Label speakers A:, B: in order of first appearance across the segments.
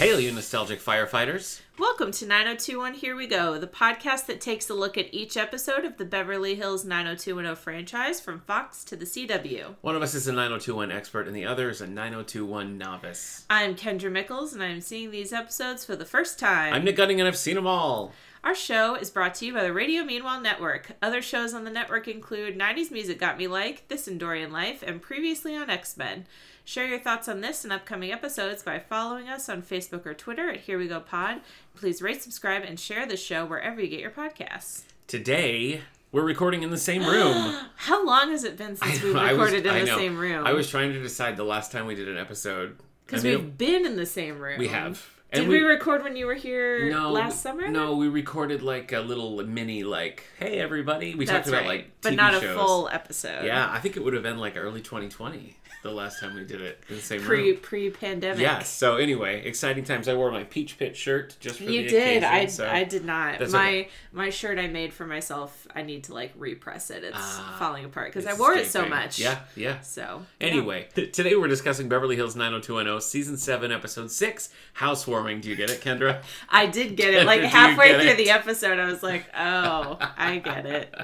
A: nostalgic firefighters.
B: Welcome to 9021 Here We Go, the podcast that takes a look at each episode of the Beverly Hills 90210 franchise from Fox to the CW.
A: One of us is a 9021 expert, and the other is a 9021 novice.
B: I'm Kendra Mickles, and I'm seeing these episodes for the first time.
A: I'm Nick Gunning, and I've seen them all.
B: Our show is brought to you by the Radio Meanwhile Network. Other shows on the network include 90s Music Got Me Like, This Endorian Life, and previously on X Men. Share your thoughts on this and upcoming episodes by following us on Facebook or Twitter at Here We Go Pod. Please rate, subscribe, and share the show wherever you get your podcasts.
A: Today, we're recording in the same room.
B: How long has it been since we
A: I
B: recorded
A: was-
B: in the
A: I know.
B: same room?
A: I was trying to decide the last time we did an episode.
B: because
A: I mean,
B: we've been in the same room.
A: we have.
B: Did we, record when you were here
A: no,
B: last summer?
A: No, we recorded like a little mini, like, hey, everybody. We talked
B: that's
A: about
B: right.
A: like TV
B: but not
A: shows.
B: a full episode.
A: Yeah, I think it would have been like early 2020 the last time we did it in the same
B: pre
A: room.
B: pre pandemic.
A: Yeah, so anyway, exciting times. I wore my peach pit shirt just for
B: You
A: the
B: did.
A: occasion.
B: I,
A: so.
B: I did not.
A: That's
B: My
A: okay.
B: my shirt I made for myself. I need to like repress it. It's
A: Ah,
B: falling apart because I
A: It's
B: wore it so
A: escaping.
B: much.
A: Yeah, yeah.
B: So yeah.
A: Anyway, today we're discussing Beverly Hills 90210, season 7, episode 6, Housewarming. Do you get it, Kendra?
B: I did get it. Like
A: Do you
B: halfway
A: get
B: through
A: it?
B: the episode, I was like, "Oh, I get it."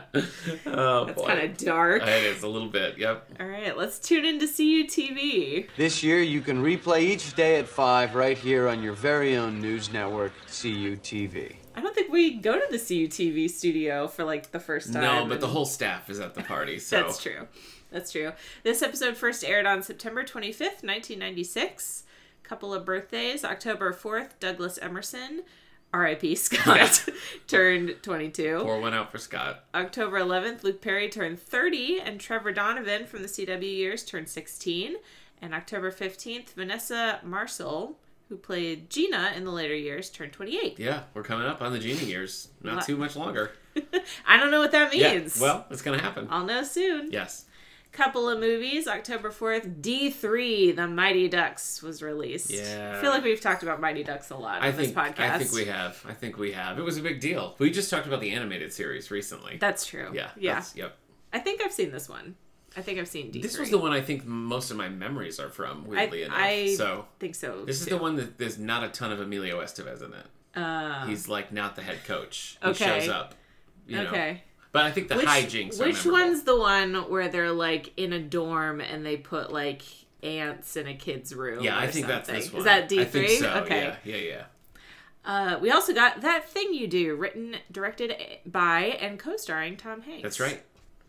A: Oh,
B: That's
A: boy.
B: kind of dark.
A: It is a little bit, yep.
B: All right, let's tune in to CUTV.
C: This year, you can replay each day at 5 right here on your very own news network, CUTV.
B: I don't think we go to the CUTV studio for like the first time.
A: No, but
B: and-
A: the whole staff is at the party, so.
B: That's true. That's true. This episode first aired on September 25th, 1996. Couple of birthdays October 4th, Douglas Emerson, RIP Scott, turned 22.
A: Pour one out for Scott.
B: October 11th, Luke Perry turned 30, and Trevor Donovan from the CW years turned 16. And October 15th, Vanessa Marcel, who played Gina in the later years, turned 28.
A: Yeah, we're coming up on the Genie years. Not
B: Lot-
A: too much longer.
B: I don't know what that
A: Yeah,
B: means.
A: well, it's going to happen.
B: I'll know soon.
A: Yes.
B: couple of movies. October 4th, D3, The Mighty Ducks was released.
A: Yeah.
B: I feel like we've talked about Mighty Ducks a lot on
A: I
B: this
A: think
B: podcast.
A: I think we have. I think we have. It was a big deal. We just talked about the animated series recently.
B: That's true.
A: yeah.
B: Yeah.
A: that's- Yep.
B: I think I've seen this one. I think I've seen D3.
A: This was the one I think most of my memories are from, weirdly enough.
B: I-
A: so
B: think so.
A: this is the one that there's not a ton of Emilio Estevez in it.
B: Uh,
A: He's like not the head coach. He
B: Okay.
A: shows up. You know.
B: okay.
A: But I think the hijinks. are
B: Which
A: memorable.
B: one's the one where they're like in a dorm and they put like ants in a kid's room?
A: Yeah, I
B: or
A: think that's
B: something?
A: this one.
B: Is that D3?
A: I think so.
B: okay.
A: Yeah. Yeah. Yeah.
B: Uh, we also got That Thing You Do, written, directed by, and co starring Tom Hanks.
A: That's right.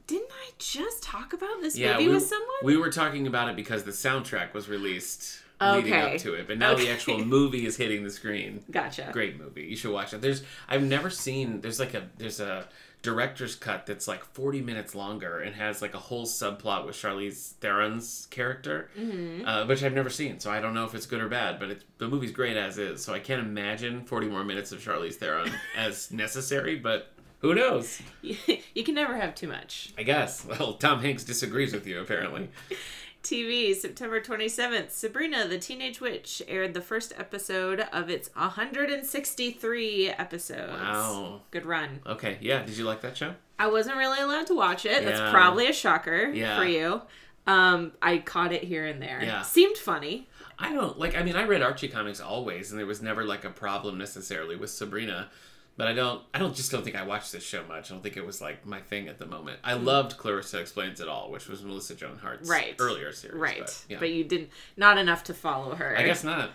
B: Didn't I just talk about this
A: Yeah.
B: movie
A: we,
B: with someone?
A: We were talking about it because the soundtrack was released leading
B: Okay.
A: up to it, but now the
B: Okay.
A: actual movie is hitting the screen.
B: gotcha.
A: great movie. You should watch it. There's I've never seen there's like a there's a director's cut that's like 40 minutes longer and has like a whole subplot with Charlize Theron's character, uh, which I've never seen. So I don't know if it's good or bad, but it's, the movie's great as is. So I can't imagine 40 more minutes of Charlize Theron as necessary, but who knows?
B: you can never have too much.
A: I guess. Well, Tom Hanks disagrees with you apparently.
B: TV, September 27th, Sabrina the Teenage Witch aired the first episode of its 163 episodes.
A: Wow.
B: Good run.
A: Okay, yeah. Did you like that show?
B: I wasn't really allowed to watch it.
A: Yeah.
B: That's probably a shocker
A: Yeah.
B: for you. Um, I caught it here and there.
A: Yeah.
B: Seemed funny.
A: I don't like. I mean, I read Archie comics always, and there was never like a problem necessarily with Sabrina. But I don't. I don't just don't think I watched this show much. I don't think it was like my thing at the moment. I loved Clarissa Explains It All, which was Melissa Joan Hart's
B: Hmm. Right.
A: earlier series.
B: Right.
A: But, yeah.
B: you didn't, not enough to follow her.
A: I guess not.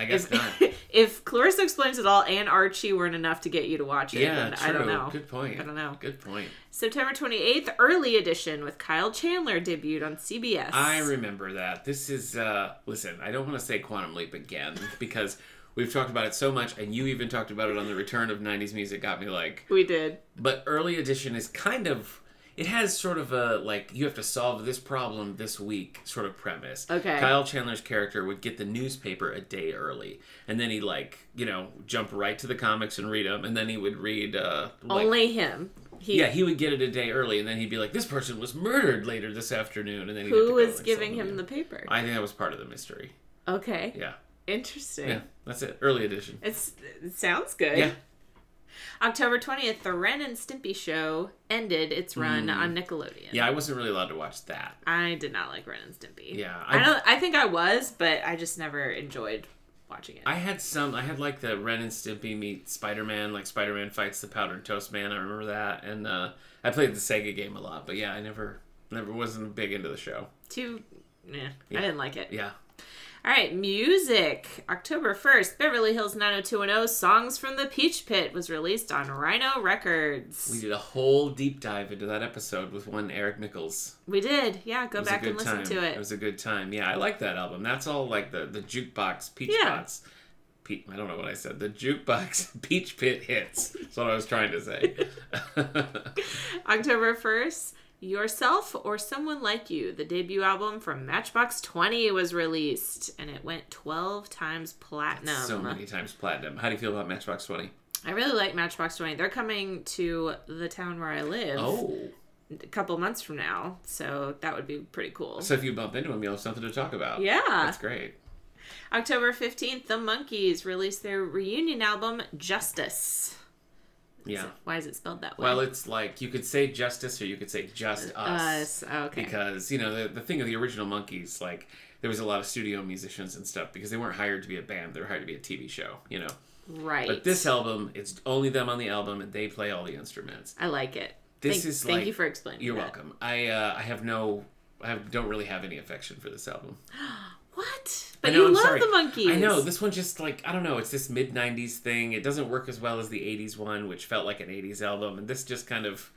A: I guess not.
B: if, if Clarissa Explains It All and Archie weren't enough to get you to watch it,
A: Yeah,
B: then
A: true.
B: I don't know.
A: Good point.
B: I don't know.
A: Good point.
B: September 28th, early edition with Kyle Chandler debuted on CBS.
A: I remember that. This is uh listen, I don't want to say quantum leap again because we've talked about it so much and you even talked about it on the return of 90s music got me like
B: we did.
A: but early edition is kind of it has sort of a like you have to solve this problem this week sort of premise.
B: Okay.
A: Kyle Chandler's character would get the newspaper a day early, and then he like you know jump right to the comics and read them, and then he would read uh, like,
B: Only him. He,
A: yeah he would get it a day early, and then he'd be like this person was murdered later this afternoon, and then he'd have to
B: who
A: go
B: was
A: and
B: giving
A: solve
B: him the
A: it.
B: paper?
A: I think that was part of the mystery.
B: okay.
A: Yeah,
B: Interesting.
A: yeah, that's it. Early edition.
B: It's, it sounds good.
A: Yeah.
B: October 20th, The Ren and Stimpy Show ended its run on Nickelodeon.
A: Mm. Yeah, I wasn't really allowed to watch that.
B: I did not like Ren and Stimpy.
A: Yeah,
B: I,
A: I-
B: don't I think I was, but I just never enjoyed watching it.
A: I had some. I had like the Ren and Stimpy meet Spider Man, like Spider Man fights the Powdered Toast Man. I remember that, and uh, I played the Sega game a lot. But yeah, I never, never wasn't big into the show.
B: Too, eh, I didn't like it.
A: Yeah,
B: All right, music. October 1st, Beverly Hills 90210 Songs from the Peach Pit was released on Rhino Records.
A: we did a whole deep dive into that episode with one Eric Nichols.
B: We did. Yeah, go
A: was a
B: back
A: good
B: and listen
A: time.
B: to it.
A: It was a good time. Yeah, I like that album. That's all like the the jukebox peach
B: Yeah.
A: pots. Pe- I don't know what I said. The jukebox peach pit hits. That's what I was trying to say.
B: October 1st, Yourself or Someone Like You, the debut album from Matchbox 20 was released and it went 12 times platinum.
A: so many times platinum. How do you feel about Matchbox Twenty?
B: I really like Matchbox 20. They're coming to the town where I live
A: Oh,
B: a couple months from now, so that would be pretty cool.
A: so if you bump into him, you'll have something to talk about.
B: yeah.
A: that's great.
B: October 15th, The Monkees released their reunion album, Justice.
A: Yeah.
B: Why is it spelled that way?
A: Well, it's like you could say justice or you could say just us.
B: Us. Okay.
A: because you know the, the thing of the original monkeys like there was a lot of studio musicians and stuff because they weren't hired to be a band they were hired to be a tv show you know
B: right.
A: but this album it's only them on the album and they play all the instruments
B: I like it.
A: this
B: thank,
A: is
B: Thank
A: like-
B: you for explaining
A: you're
B: that.
A: welcome i uh, i have no i have, don't really have any affection for this album
B: What?
A: I
B: But
A: know,
B: you
A: I'm
B: love
A: sorry.
B: the monkeys.
A: i know this one just like i don't know it's this mid-90s thing it doesn't work as well as the 80s one which felt like an 80s album and this just kind of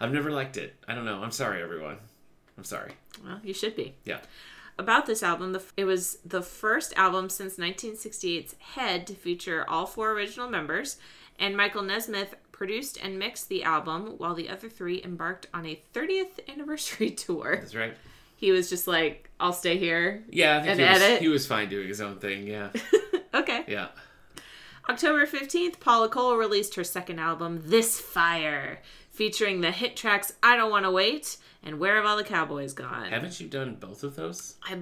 A: i've never liked it i don't know i'm sorry everyone i'm sorry
B: Well, you should be.
A: yeah
B: About this album, the, it was the first album since 1968's Head to feature all four original members, and Michael Nesmith produced and mixed the album while the other three embarked on a 30th anniversary tour.
A: that's right
B: He was just like, I'll stay here.
A: Yeah, I think
B: An
A: he was,
B: edit.
A: he was fine doing his own thing. Yeah,
B: Okay.
A: yeah.
B: October 15th, Paula Cole released her second album, This Fire, featuring the hit tracks I Don't Want to Wait and Where Have All the Cowboys Gone.
A: Haven't you done both of those?
B: I,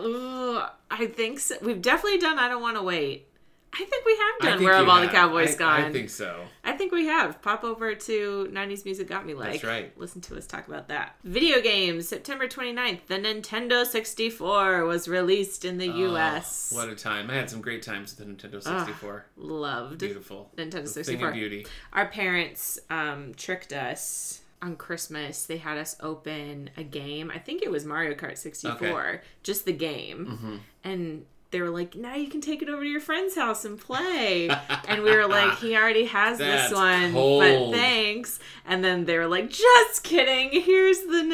B: ugh, I think so. We've definitely done I Don't Want to Wait. I think we have done Where
A: you
B: Have All the
A: have.
B: Cowboys
A: I-
B: Gone.
A: I think so.
B: we have. Pop over to 90s Music Got Me Like.
A: That's right.
B: Listen to us talk about that. Video games, September 29th, the Nintendo 64 was released in the US.
A: Oh, what a time! I had some great times with the Nintendo sixty four.
B: Loved.
A: Beautiful.
B: Ah, Nintendo
A: The
B: 64.
A: Thing of beauty.
B: our parents um, tricked us on Christmas. They had us open a game. I think it was Mario Kart 64, just the game.
A: Mm-hmm.
B: And they were like, now you can take it over to your friend's house and play. and we were like, he already has
A: That's
B: this one,
A: cold.
B: but thanks. And then they were like, just kidding. Here's the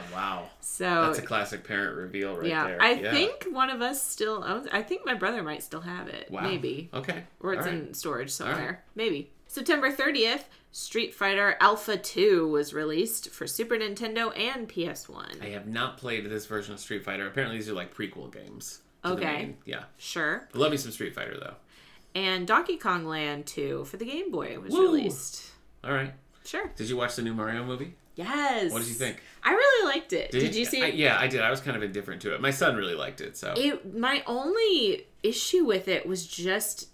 A: Oh wow,
B: so.
A: that's a classic parent reveal right
B: yeah,
A: there.
B: I think one of us still owns. I think my brother might still have it.
A: Wow.
B: Maybe
A: Okay.
B: or it's
A: All right.
B: in storage
A: right.
B: somewhere. Maybe. September 30th, Street Fighter Alpha 2 was released for Super Nintendo and PS1.
A: I have not played this version of Street Fighter. Apparently, these are like prequel games. to the
B: Okay.
A: main- Yeah.
B: Sure.
A: Love me some Street Fighter though.
B: And Donkey Kong Land 2 for the Game Boy was
A: Woo.
B: released.
A: All right.
B: Sure.
A: Did you watch the new Mario movie?
B: Yes.
A: What did you think?
B: I really liked it. Did, you see
A: I-
B: it?
A: yeah, I did. I was kind of indifferent to it. My son really liked it, so
B: it? My only issue with it was just.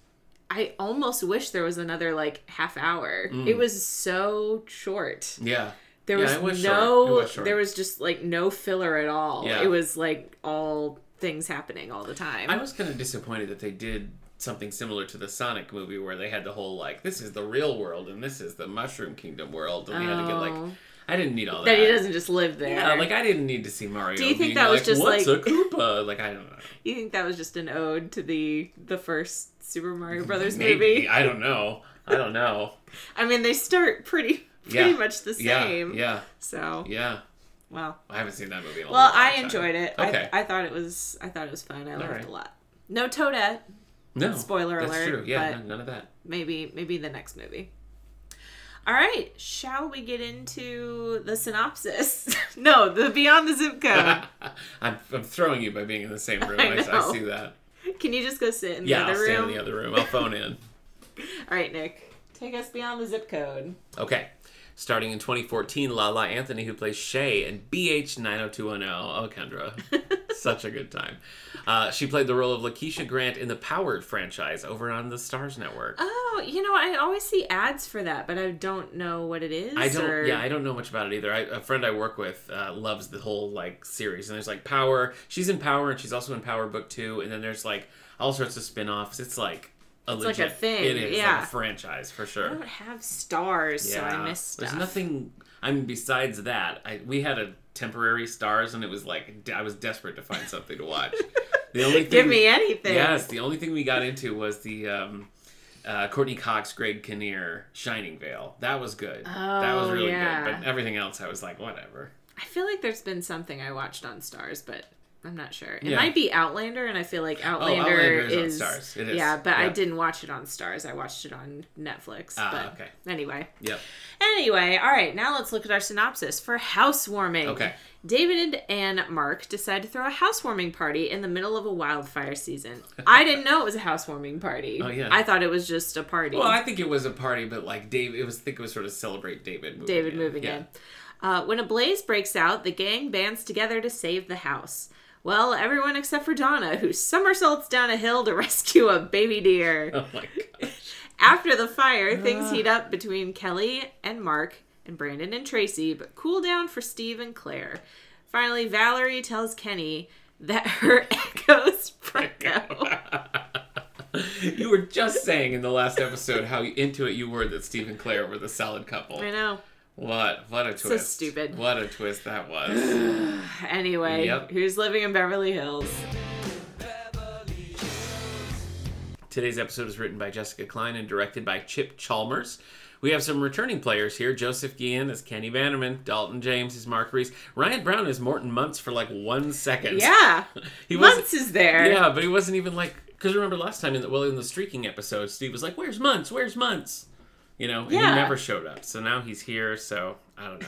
B: I almost wish there was another like half hour.
A: Mm.
B: It was so short.
A: yeah.
B: There
A: Yeah,
B: was,
A: it was short.
B: no.
A: It was short.
B: there was just like no filler at all.
A: Yeah.
B: It was like all things happening all the time.
A: I was kind of disappointed that they did something similar to the Sonic movie where they had the whole like this is the real world and this is the Mushroom Kingdom world and we had to get like
B: Oh.
A: I didn't need all that.
B: that he doesn't just live there.
A: Yeah, like I didn't need to see Mario.
B: Do you
A: being
B: think that was
A: like,
B: just,
A: What's
B: like-
A: a Koopa? Like I don't know.
B: you think that was just an ode to the the first Super Mario Brothers
A: Maybe
B: movie?
A: I don't know. I don't know.
B: I mean, they start pretty pretty
A: Yeah.
B: much the
A: yeah,
B: same.
A: yeah,
B: So
A: yeah.
B: well,
A: I haven't seen that movie. In a
B: well,
A: long
B: I
A: time.
B: enjoyed it.
A: Okay.
B: I, I thought it was I thought it was fun. I liked
A: right.
B: it a lot. No Toadette.
A: No
B: Spoiler
A: that's
B: alert,
A: True. Yeah,
B: but-
A: no- none of that.
B: maybe maybe the next movie. All right, shall we get into the synopsis? no, the Beyond the Zip Code.
A: I'm, I'm throwing you by being in the same room.
B: I
A: I, I
B: know.
A: see that.
B: Can you just go sit in the
A: Yeah, I'll
B: other
A: stand
B: room?
A: in the other room. I'll phone in.
B: All right, Nick, take us beyond the zip code.
A: Okay. Starting in 2014, Lala Anthony, who plays Shay in BH 90210. Oh, Kendra. Such a good time. Uh, she played the role of Lakeisha Grant in the Powered franchise over on the Stars Network.
B: Oh, you know, I always see ads for that, but I don't know what it is.
A: I don't.
B: or-
A: Yeah, I don't know much about it either. I, a friend I work with uh, loves the whole like series, and there's like Power. She's in Power, and she's also in Power Book Two, and then there's like all sorts of spin-offs. It's like a
B: like a
A: legit
B: thing,
A: It is like
B: yeah. Oh,
A: a franchise for sure.
B: I don't have stars, so I miss stuff.
A: There's nothing. I mean, besides that, I we had a temporary stars, and it was like de- I was desperate to find something to watch. The only thing,
B: Give me anything.
A: Yes, the only thing we got into was the um, uh, Courtney Cox, Greg Kinnear, Shining Veil. That was good. that was
B: Oh,
A: really
B: yeah.
A: good. But everything else, I was like, whatever.
B: I feel like there's been something I watched on Stars, but I'm not sure. It
A: Yeah. Oh,
B: might be Outlander, and I feel like Outlander,
A: Outlander is on
B: is,
A: Starz. It is.
B: Yeah, but I
A: Yeah.
B: didn't watch it on Stars. I watched it on Netflix.
A: Ah,
B: but
A: okay.
B: Anyway.
A: Yep.
B: Anyway, all right, now let's look at our synopsis for housewarming.
A: Okay.
B: David and Anne Mark decide to throw a housewarming party in the middle of a wildfire season. I didn't know it was a housewarming party.
A: Oh, yeah.
B: I thought it was just a party.
A: Well, I think it was a party, but like Dave, it was. I think it was sort of celebrate David. Moving
B: David
A: in.
B: moving
A: Yeah.
B: in. Uh, when a blaze breaks out, the gang bands together to save the house. Well, everyone except for Donna, who somersaults down a hill to rescue a baby deer.
A: Oh my god.
B: After the fire, things heat up between Kelly and Mark and Brandon and Tracy, but cool down for Steve and Claire. Finally, Valerie tells Kenny that her echoes Franco.
A: you were just saying in the last episode how into it you were that Steve and Claire were the solid couple.
B: I know.
A: What? What a twist!
B: stupid.
A: What a twist that was.
B: Anyway,
A: Yep.
B: who's living in Beverly Hills?
A: Today's episode was written by Jessica Klein and directed by Chip Chalmers. We have some returning players here. Joseph Guillen is Kenny Bannerman. Dalton James is Mark Reese. Ryan Brown is Morton Muntz for like one second.
B: Yeah.
A: he was.
B: Months is there.
A: Yeah, but he wasn't even like because remember last time in the well in the streaking episode, Steve was like, "Where's Munts? Where's Munts?" You know, and
B: Yeah.
A: he never showed up. So now he's here. So I don't know.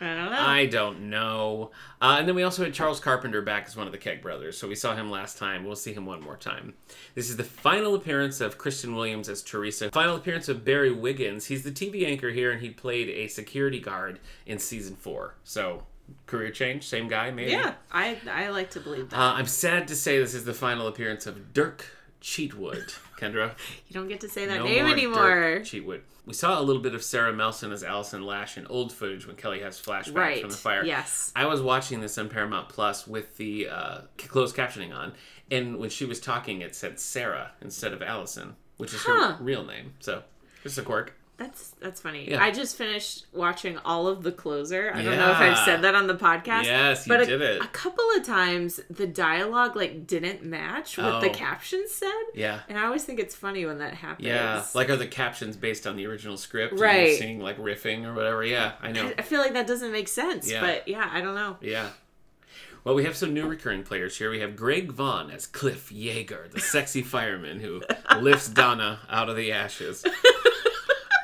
B: I don't know.
A: I don't know. Uh, and then we also had Charles Carpenter back as one of the Keg brothers. So we saw him last time. We'll see him one more time. This is the final appearance of Kristen Williams as Teresa. Final appearance of Barry Wiggins. He's the TV anchor here, and he played a security guard in season four. So career change, same guy, maybe.
B: Yeah, I I like to believe that.
A: Uh, I'm sad to say this is the final appearance of Dirk Cheatwood. Kendra.
B: You don't get to say that
A: No
B: name
A: more
B: anymore.
A: Dirk Cheatwood. We saw a little bit of Sarah Melson as Allison Lash in old footage when Kelly has flashbacks
B: Right.
A: from the fire.
B: Yes.
A: I was watching this on Paramount Plus with the uh, closed captioning on, and when she was talking, it said Sarah instead of Allison, which is
B: Huh.
A: her real name. So, just a quirk.
B: That's that's funny.
A: Yeah.
B: I just finished watching all of the closer. I don't know if I've
A: Yeah.
B: said that on the podcast.
A: Yes, you
B: but a,
A: did it.
B: a couple of times the dialogue like didn't match what the
A: Oh.
B: captions said.
A: Yeah.
B: And I always think it's funny when that happens.
A: Yeah, like are the captions based on the original script? and
B: Right.
A: You're seeing like riffing or whatever. Yeah, I know.
B: I, I feel like that doesn't make sense.
A: Yeah.
B: But yeah, I don't know.
A: Yeah. Well, we have some new recurring players here. We have Greg Vaughn as Cliff Yeager, the sexy fireman who lifts Donna out of the ashes.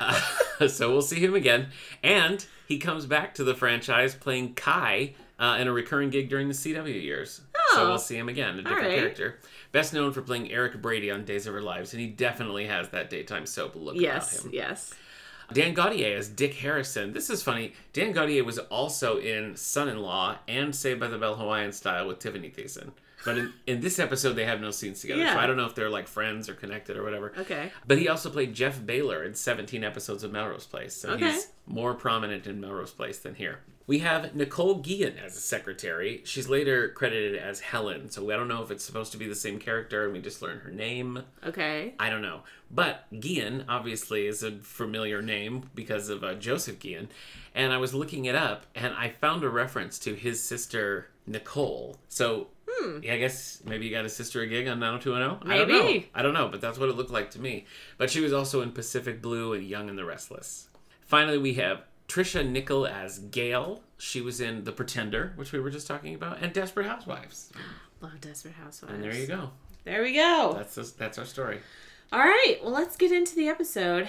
A: Uh, so we'll see him again. And he comes back to the franchise playing Kai uh, in a recurring gig during the CW years.
B: Oh.
A: So we'll see him again, a different
B: right.
A: character. Best known for playing Eric Brady on Days of Our Lives, and he definitely has that daytime soap look about
B: Yes,
A: him.
B: yes.
A: Dan Gaudier as Dick Harrison. This is funny. Dan Gaudier was also in Son in Law and Saved by the Bell Hawaiian Style with Tiffany Thiessen. But in, in this episode, they have no scenes together.
B: Yeah.
A: So I don't know if they're like friends or connected or whatever.
B: Okay.
A: But he also played Jeff Baylor in 17 episodes of Melrose Place. So
B: Okay.
A: he's more prominent in Melrose Place than here. We have Nicole Guillen as a secretary. She's later credited as Helen. So I don't know if it's supposed to be the same character and we just learn her name.
B: Okay.
A: I don't know. But Guillen obviously is a familiar name because of uh, Joseph Guillen. And I was looking it up and I found a reference to his sister Nicole. So yeah, I guess maybe you got his sister a gig on 90210. I don't know.
B: Maybe.
A: I don't know, but that's what it looked like to me. But she was also in Pacific Blue and Young and the Restless. Finally, we have Trisha Nickel as Gail. She was in The Pretender, which we were just talking about, and Desperate Housewives.
B: Love Desperate Housewives.
A: And there you go.
B: There we go.
A: That's us that's our story.
B: All right. Well, let's get into the episode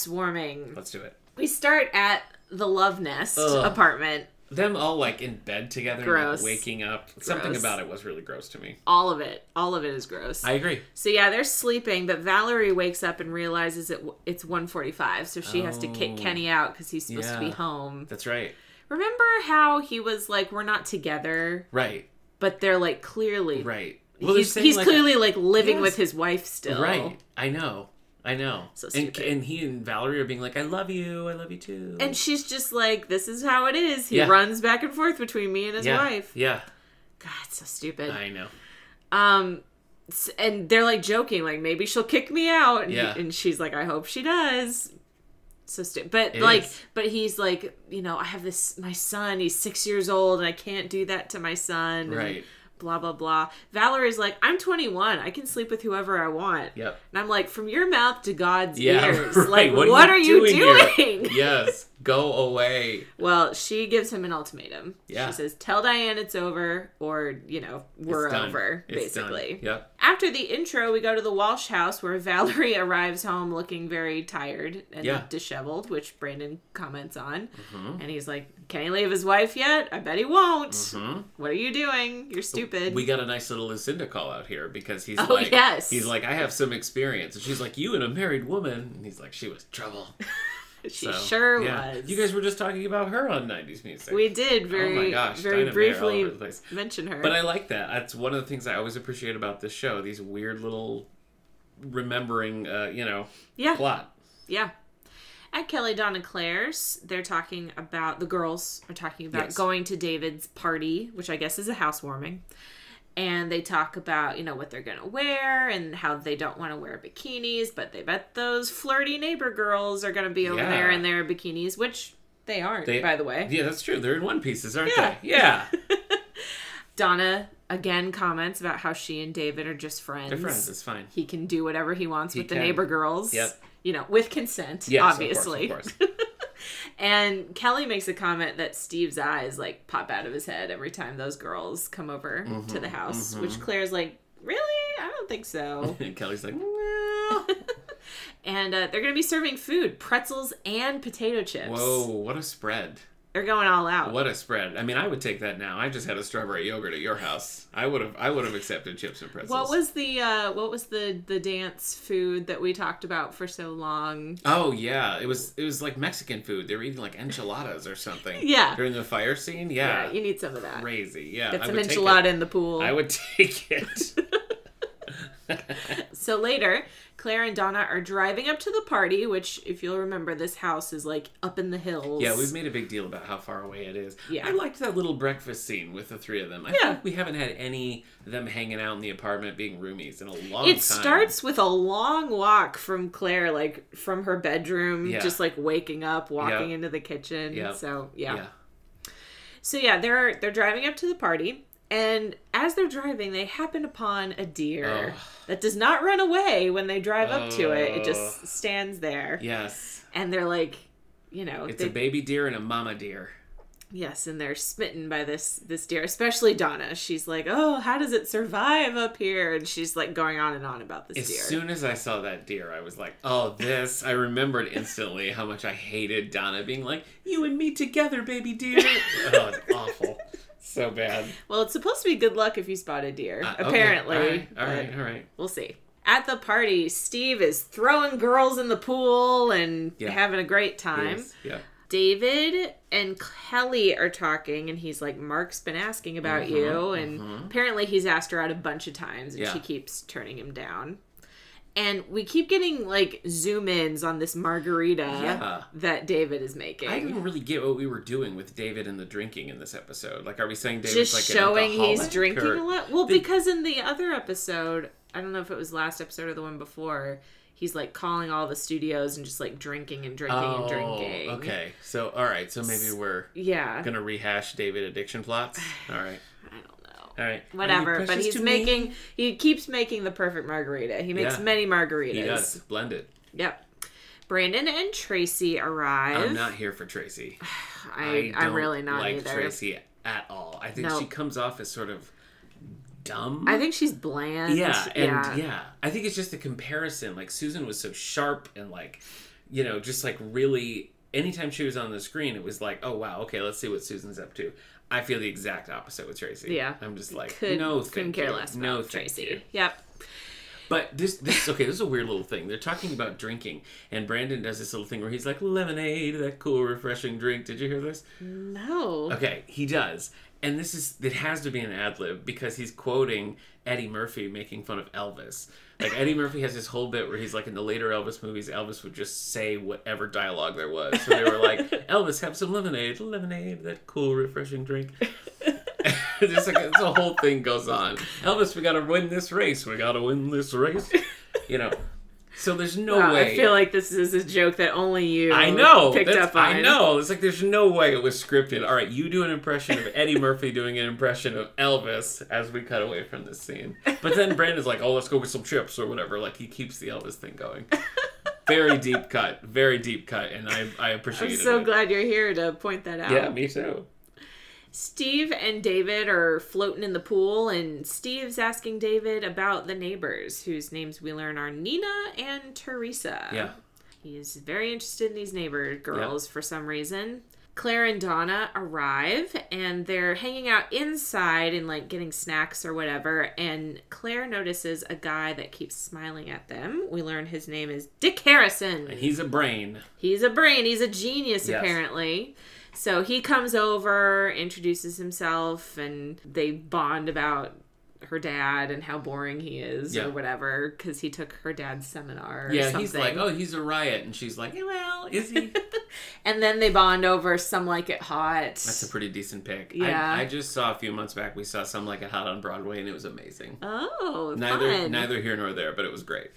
B: housewarming.
A: Let's do it.
B: We start at the Love Nest
A: Ugh.
B: apartment.
A: them all like in bed together, and,
B: Gross.
A: like waking up. Something
B: Gross.
A: about it was really gross to me.
B: All of it. All of it is gross.
A: I agree.
B: so yeah, they're sleeping, but Valerie wakes up and realizes it w- it's 1:45, so she has to kick
A: Oh.
B: Kenny out cuz he's supposed to be
A: Yeah.
B: home.
A: That's right.
B: Remember how he was like we're not together?
A: Right.
B: but they're like clearly
A: Right. they're
B: he's,
A: saying,
B: he's
A: like-
B: clearly like living
A: Yes.
B: with his wife still.
A: Right. I know. I know.
B: So
A: and,
B: stupid.
A: and he and Valerie are being like, I love you. I love you too.
B: And she's just like, this is how it is. He
A: Yeah.
B: runs back and forth between me and his
A: yeah.
B: wife.
A: Yeah.
B: God, it's so stupid.
A: I know.
B: Um, s- and they're like joking, like maybe she'll kick me out. And,
A: Yeah.
B: and she's like, I hope she does. So stupid. But
A: It
B: like,
A: is.
B: but he's like, you know, I have this my son. He's six years old, and I can't do that to my son. and
A: Right.
B: Blah blah blah. Valerie's like, I'm 21. I can sleep with whoever I want.
A: Yep.
B: And I'm like, from your mouth to God's
A: Yeah.
B: ears.
A: Right.
B: Like, what, are you
A: here?
B: doing?
A: yes. Go away.
B: Well, she gives him an ultimatum.
A: Yeah.
B: She says, "Tell Diane it's over, or you know, we're
A: It's done.
B: over."
A: It's done.
B: basically.
A: Yep.
B: After the intro, we go to the Walsh house where Valerie arrives home looking very tired and
A: Yeah. Mm-hmm.
B: disheveled, which Brandon comments on. And he's like, Can he leave his wife yet? I bet he won't. What are you doing? You're stupid.
A: Mm-hmm. We got a nice little Lucinda call out here because he's
B: Oh,
A: like,
B: yes.
A: he's like, I have some experience, and she's like, you and a married woman, and he's like, she was trouble.
B: she
A: So,
B: sure
A: yeah.
B: was.
A: You guys were just talking about her on '90s music.
B: we did very,
A: gosh,
B: very
A: Dinah Bear all
B: briefly
A: over the place.
B: mention her.
A: But I like that. That's one of the things I always appreciate about this show. These weird little remembering, uh, you know,
B: yeah,
A: plot.
B: Yeah. At Kelly Donna Claire's, they're talking about the girls are talking about
A: Yes.
B: going to David's party, which I guess is a housewarming. And they talk about, you know, what they're going to wear and how they don't want to wear bikinis, but they bet those flirty neighbor girls are going to be over
A: Yeah.
B: there in their bikinis, which they aren't,
A: They-
B: by the way.
A: Yeah, that's true. They're in one pieces, aren't
B: Yeah.
A: they? Yeah.
B: Donna again comments about how she and David are just friends.
A: They're friends. It's fine.
B: He can do whatever he wants with the
A: can.
B: neighbor girls.
A: Yep.
B: You know, with consent,
A: Yes, of course,
B: obviously.
A: Of course,
B: And Kelly makes a comment that Steve's eyes like pop out of his head every time those girls come over
A: Mm-hmm,
B: to the house, which Claire's like, Really? I don't think so.
A: and Kelly's like, "Well."
B: and uh, they're going to be serving food pretzels and potato chips.
A: whoa, what a spread.
B: They're going all out.
A: What a spread. I mean, I would take that now. I just had a strawberry yogurt at your house. I would have I would have accepted chips and pretzels.
B: What was the uh, what was the the dance food that we talked about for so long?
A: Oh yeah, it was it was like Mexican food. They were eating like enchiladas or something.
B: Yeah.
A: During the fire scene. Yeah.
B: you need some of that.
A: Crazy. Yeah.
B: Get
A: Uh, I
B: some
A: would take it.
B: enchilada in the pool.
A: I would take it.
B: So later, Claire and Donna are driving up to the party, which, if you'll remember, this house is like up in the hills.
A: Yeah, we've made a big deal about how far away it is.
B: Yeah.
A: I liked that little breakfast scene with the three of them. I
B: Yeah.
A: think we haven't had any of them hanging out in the apartment being roomies in a long time.
B: It starts with a long walk from Claire, like from her bedroom,
A: Yeah.
B: just like waking up, walking
A: Yep.
B: into the kitchen.
A: Yep.
B: So
A: Yeah.
B: yeah. So yeah, they're they're driving up to the party, and as they're driving, they happen upon a deer
A: Oh.
B: that does not run away when they drive up to it. It
A: Oh.
B: just stands there,
A: Yes.
B: and they're like, you know,
A: It's
B: they,
A: a baby deer and a mama deer.
B: yes, and they're smitten by this this deer, especially Donna. She's like, oh, how does it survive up here? And she's like going on and on about this
A: As
B: deer.
A: soon as I saw that deer, I was like, "Oh, this!" I remembered instantly how much I hated Donna being like, "You and me together, baby deer." oh, it's awful, so bad.
B: Well, it's supposed to be good luck if you spot a deer.
A: Uh, okay.
B: apparently,
A: all right, all
B: but
A: right, all right.
B: we'll see. At the party, Steve is throwing girls in the pool and
A: Yeah.
B: having a great time.
A: Yes, yeah,
B: David and Kelly are talking, and he's like, "Mark's been asking about
A: Mm-hmm,
B: you," and apparently he's asked her out a bunch of times, and
A: Yeah.
B: she keeps turning him down. And we keep getting like zoom ins on this margarita
A: Yeah.
B: that David is making.
A: I didn't really get what we were doing with David and the drinking in this episode. Like, are we saying David's
B: just
A: like an
B: showing he's
A: alcoholic,
B: drinking
A: or-
B: a lot. Well, because in the other episode, I don't know if it was last episode or the one before, he's like calling all the studios and just like drinking and drinking
A: Oh,
B: and drinking.
A: okay. So, all right. So maybe we're
B: Yeah.
A: gonna rehash David addiction plots. All right,
B: I don't know.
A: all right. Are
B: Whatever,
A: you
B: but
A: precious
B: he's
A: to me?
B: making he keeps making the perfect margarita. He makes
A: Yeah.
B: many margaritas.
A: He does blend it.
B: Yep. Brandon and Tracy arrive.
A: I'm not here for Tracy.
B: I,
A: don't
B: am really not
A: like
B: either.
A: Tracy at all. I think
B: No.
A: she comes off as sort of dumb.
B: I think she's bland.
A: yeah, and yeah, I think it's just the comparison. Like Susan was so sharp and like, you know, just like really. Anytime she was on the screen, it was like, oh wow, okay, let's see what Susan's up to. I feel the exact opposite with Tracy.
B: Yeah.
A: I'm just like,
B: Could,
A: no, thank
B: couldn't care
A: you.
B: less.
A: no,
B: about
A: thank
B: Tracy.
A: you.
B: Yep.
A: But this, this okay. This is a weird little thing. They're talking about drinking, and Brandon does this little thing where he's like, lemonade, that cool, refreshing drink. Did you hear this?
B: No.
A: Okay, he does. and this is it has to be an ad lib because he's quoting Eddie Murphy making fun of Elvis. Like Eddie Murphy has this whole bit where he's like in the later Elvis movies, Elvis would just say whatever dialogue there was. So they were like, "Elvis, have some lemonade, lemonade, that cool, refreshing drink." There's like it's a whole thing goes on. Elvis, we gotta win this race. We gotta win this race. You know. So there's no
B: Wow,
A: way.
B: I feel like this is a joke that only you
A: I know.
B: picked
A: that's-
B: up on.
A: I know. It's like there's no way it was scripted. All right, you do an impression of Eddie Murphy doing an impression of Elvis as we cut away from this scene. But then Brandon's like, "Oh, let's go get some chips or whatever." Like he keeps the Elvis thing going. Very deep cut. Very deep cut, and I I appreciate
B: I'm
A: it.
B: so glad you're here to point that out.
A: Yeah, me too.
B: Steve and David are floating in the pool, and Steve's asking David about the neighbors, whose names we learn are Nina and Teresa.
A: Yeah.
B: He is very interested in these neighbor girls for some reason. Claire and Donna arrive and they're hanging out inside and like getting snacks or whatever. And Claire notices a guy that keeps smiling at them. We learn his name is Dick Harrison.
A: And he's a brain.
B: He's a brain, he's a genius
A: Yes.
B: apparently. So he comes over, introduces himself, and they bond about her dad and how boring he is
A: Yeah.
B: or whatever because he took her dad's seminar. Or
A: Yeah,
B: something.
A: he's like, "Oh, he's a riot," and she's like, "Eh, "Well, is he?"
B: And then they bond over some like it hot.
A: That's a pretty decent pick.
B: Yeah.
A: I, I just saw a few months back. We saw some like a hot on Broadway, and it was amazing.
B: oh,
A: Neither
B: fun.
A: neither here nor there, but it was great.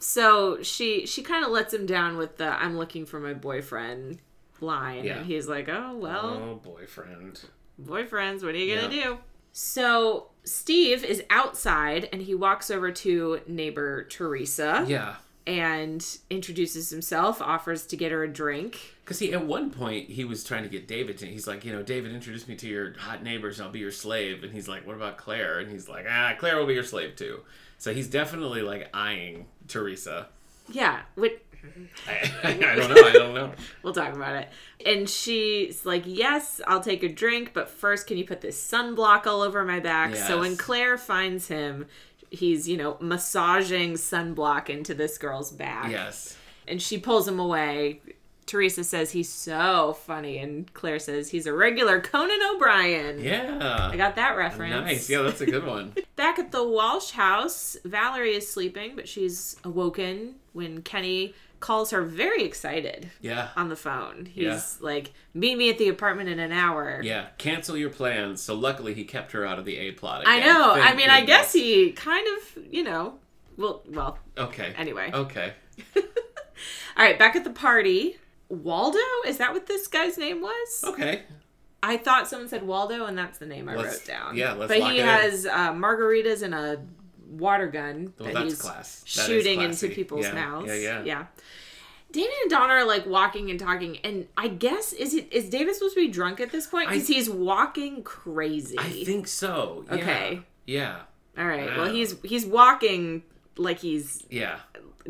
B: So she she kind of lets him down with the "I'm looking for my boyfriend" line,
A: Yeah.
B: and he's like, "Oh well,
A: Oh, boyfriend.
B: boyfriends, what are you gonna
A: Yeah.
B: do?" So Steve is outside, and he walks over to neighbor Teresa
A: Yeah.
B: and introduces himself, offers to get her a drink.
A: Because he, at one point, he was trying to get David to. He's like, you know, David, introduce me to your hot neighbors and I'll be your slave. And he's like, what about Claire? And he's like, ah, Claire will be your slave too. So he's definitely like eyeing Teresa.
B: Yeah, which
A: I, I don't know. I don't know.
B: We'll talk about it. And she's like, Yes, I'll take a drink, but first, can you put this sunblock all over my back? So when
A: Yes.
B: Claire finds him, he's, you know, massaging sunblock into this girl's back.
A: Yes.
B: And she pulls him away. Teresa says he's so funny. And Claire says he's a regular Conan O'Brien. I
A: Yeah.
B: got that reference.
A: Nice. Yeah, that's a good one.
B: Back at the Walsh house, Valerie is sleeping, but she's awoken when Kenny calls her very excited
A: Yeah.
B: on the phone. He's
A: Yeah.
B: like, meet me at the apartment in an hour.
A: Yeah. Cancel your plans. So luckily, he kept her out of the A plot.
B: I
A: again.
B: know. I
A: Thank
B: mean, I
A: goodness.
B: guess he kind of, you know, well, well,
A: Okay.
B: anyway.
A: Okay.
B: All right, back at the party. Waldo? Is that what this guy's name was?
A: Okay.
B: I thought someone said Waldo, and that's the name I
A: Let's-
B: wrote down.
A: yeah, let's
B: But
A: lock
B: he
A: it in.
B: has uh, margaritas and a water gun
A: Well,
B: that
A: that's
B: he's
A: class. That is
B: shooting
A: classy.
B: into people's
A: Yeah,
B: mouths.
A: yeah, yeah.
B: David and Donna are like walking and talking, and I guess is it is David supposed to be drunk at this point? Because
A: I-
B: he's walking crazy.
A: I think so. Yeah.
B: Okay.
A: Yeah.
B: All right.
A: Wow.
B: Well, he's he's walking like he's
A: Yeah.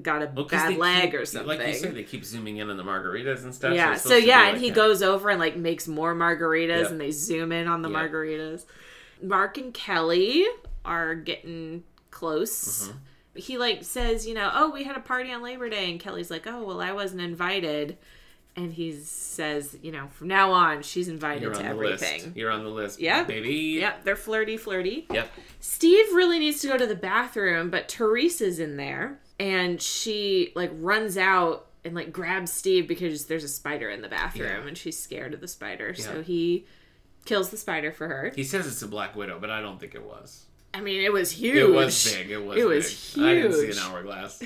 B: got a
A: Well, 'cause
B: bad
A: they
B: leg
A: keep-
B: or something.
A: Like you say, they keep zooming in on the margaritas and stuff.
B: yeah.
A: it's
B: So
A: supposed to
B: yeah,
A: be
B: and
A: like
B: he
A: a-
B: goes over and like makes more margaritas,
A: Yep.
B: and they zoom in on the
A: Yep.
B: margaritas. Mark and Kelly are getting close.
A: Mm-hmm.
B: He like says, you know, oh, we had a party on Labor Day, and Kelly's like, oh, well, I wasn't invited, and he says, you know, from now on, she's invited
A: You're
B: to
A: on the
B: everything.
A: list. You're on the list.
B: Yeah.
A: Baby.
B: Yep, they're flirty, flirty.
A: Yep.
B: Steve really needs to go to the bathroom, but Teresa's in there and she like runs out and like grabs Steve because there's a spider in the bathroom
A: Yeah.
B: and she's scared of the spider. So
A: Yeah.
B: he kills the spider for her.
A: He says it's a black widow, but I don't think it was.
B: I mean, it was huge.
A: It was big. It was.
B: It was
A: big. I didn't see
B: huge.
A: an hourglass.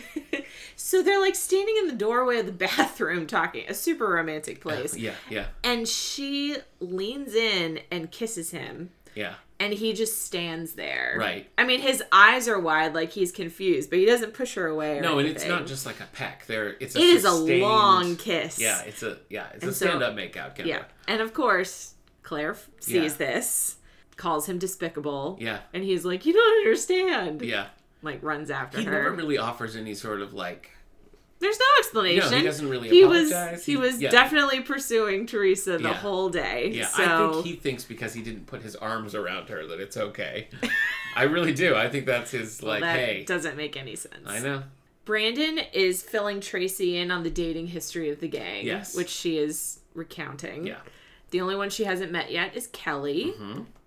B: So they're like standing in the doorway of the bathroom talking, a super romantic place.
A: yeah. Yeah.
B: And she leans in and kisses him.
A: Yeah.
B: and he just stands there.
A: Right.
B: I mean, his eyes are wide, like he's confused, but he doesn't push her away. Or
A: No, and it's
B: anything.
A: not just like a peck. There, it's a
B: It is a
A: sustained-
B: long kiss.
A: Yeah, it's a yeah, it's a
B: And so-
A: stand-up makeout. Kind
B: Yeah. And of course, Claire f- sees this, calls him despicable.
A: Yeah.
B: And he's like, "You don't understand."
A: Yeah.
B: Like runs after
A: He
B: her.
A: never really offers any sort of like.
B: There's no explanation.
A: No, he doesn't really
B: He was
A: apologize.
B: he
A: He-
B: was
A: yeah.
B: definitely pursuing Teresa the
A: Yeah.
B: whole day.
A: Yeah,
B: So
A: I think he thinks because he didn't put his arms around her that it's okay. I really do. I think that's his like,
B: that
A: hey,
B: doesn't make any sense.
A: I know.
B: Brandon is filling Tracy in on the dating history of the gang,
A: Yes.
B: which she is recounting.
A: Yeah. Mm-hmm.
B: The only one she hasn't met yet is Kelly,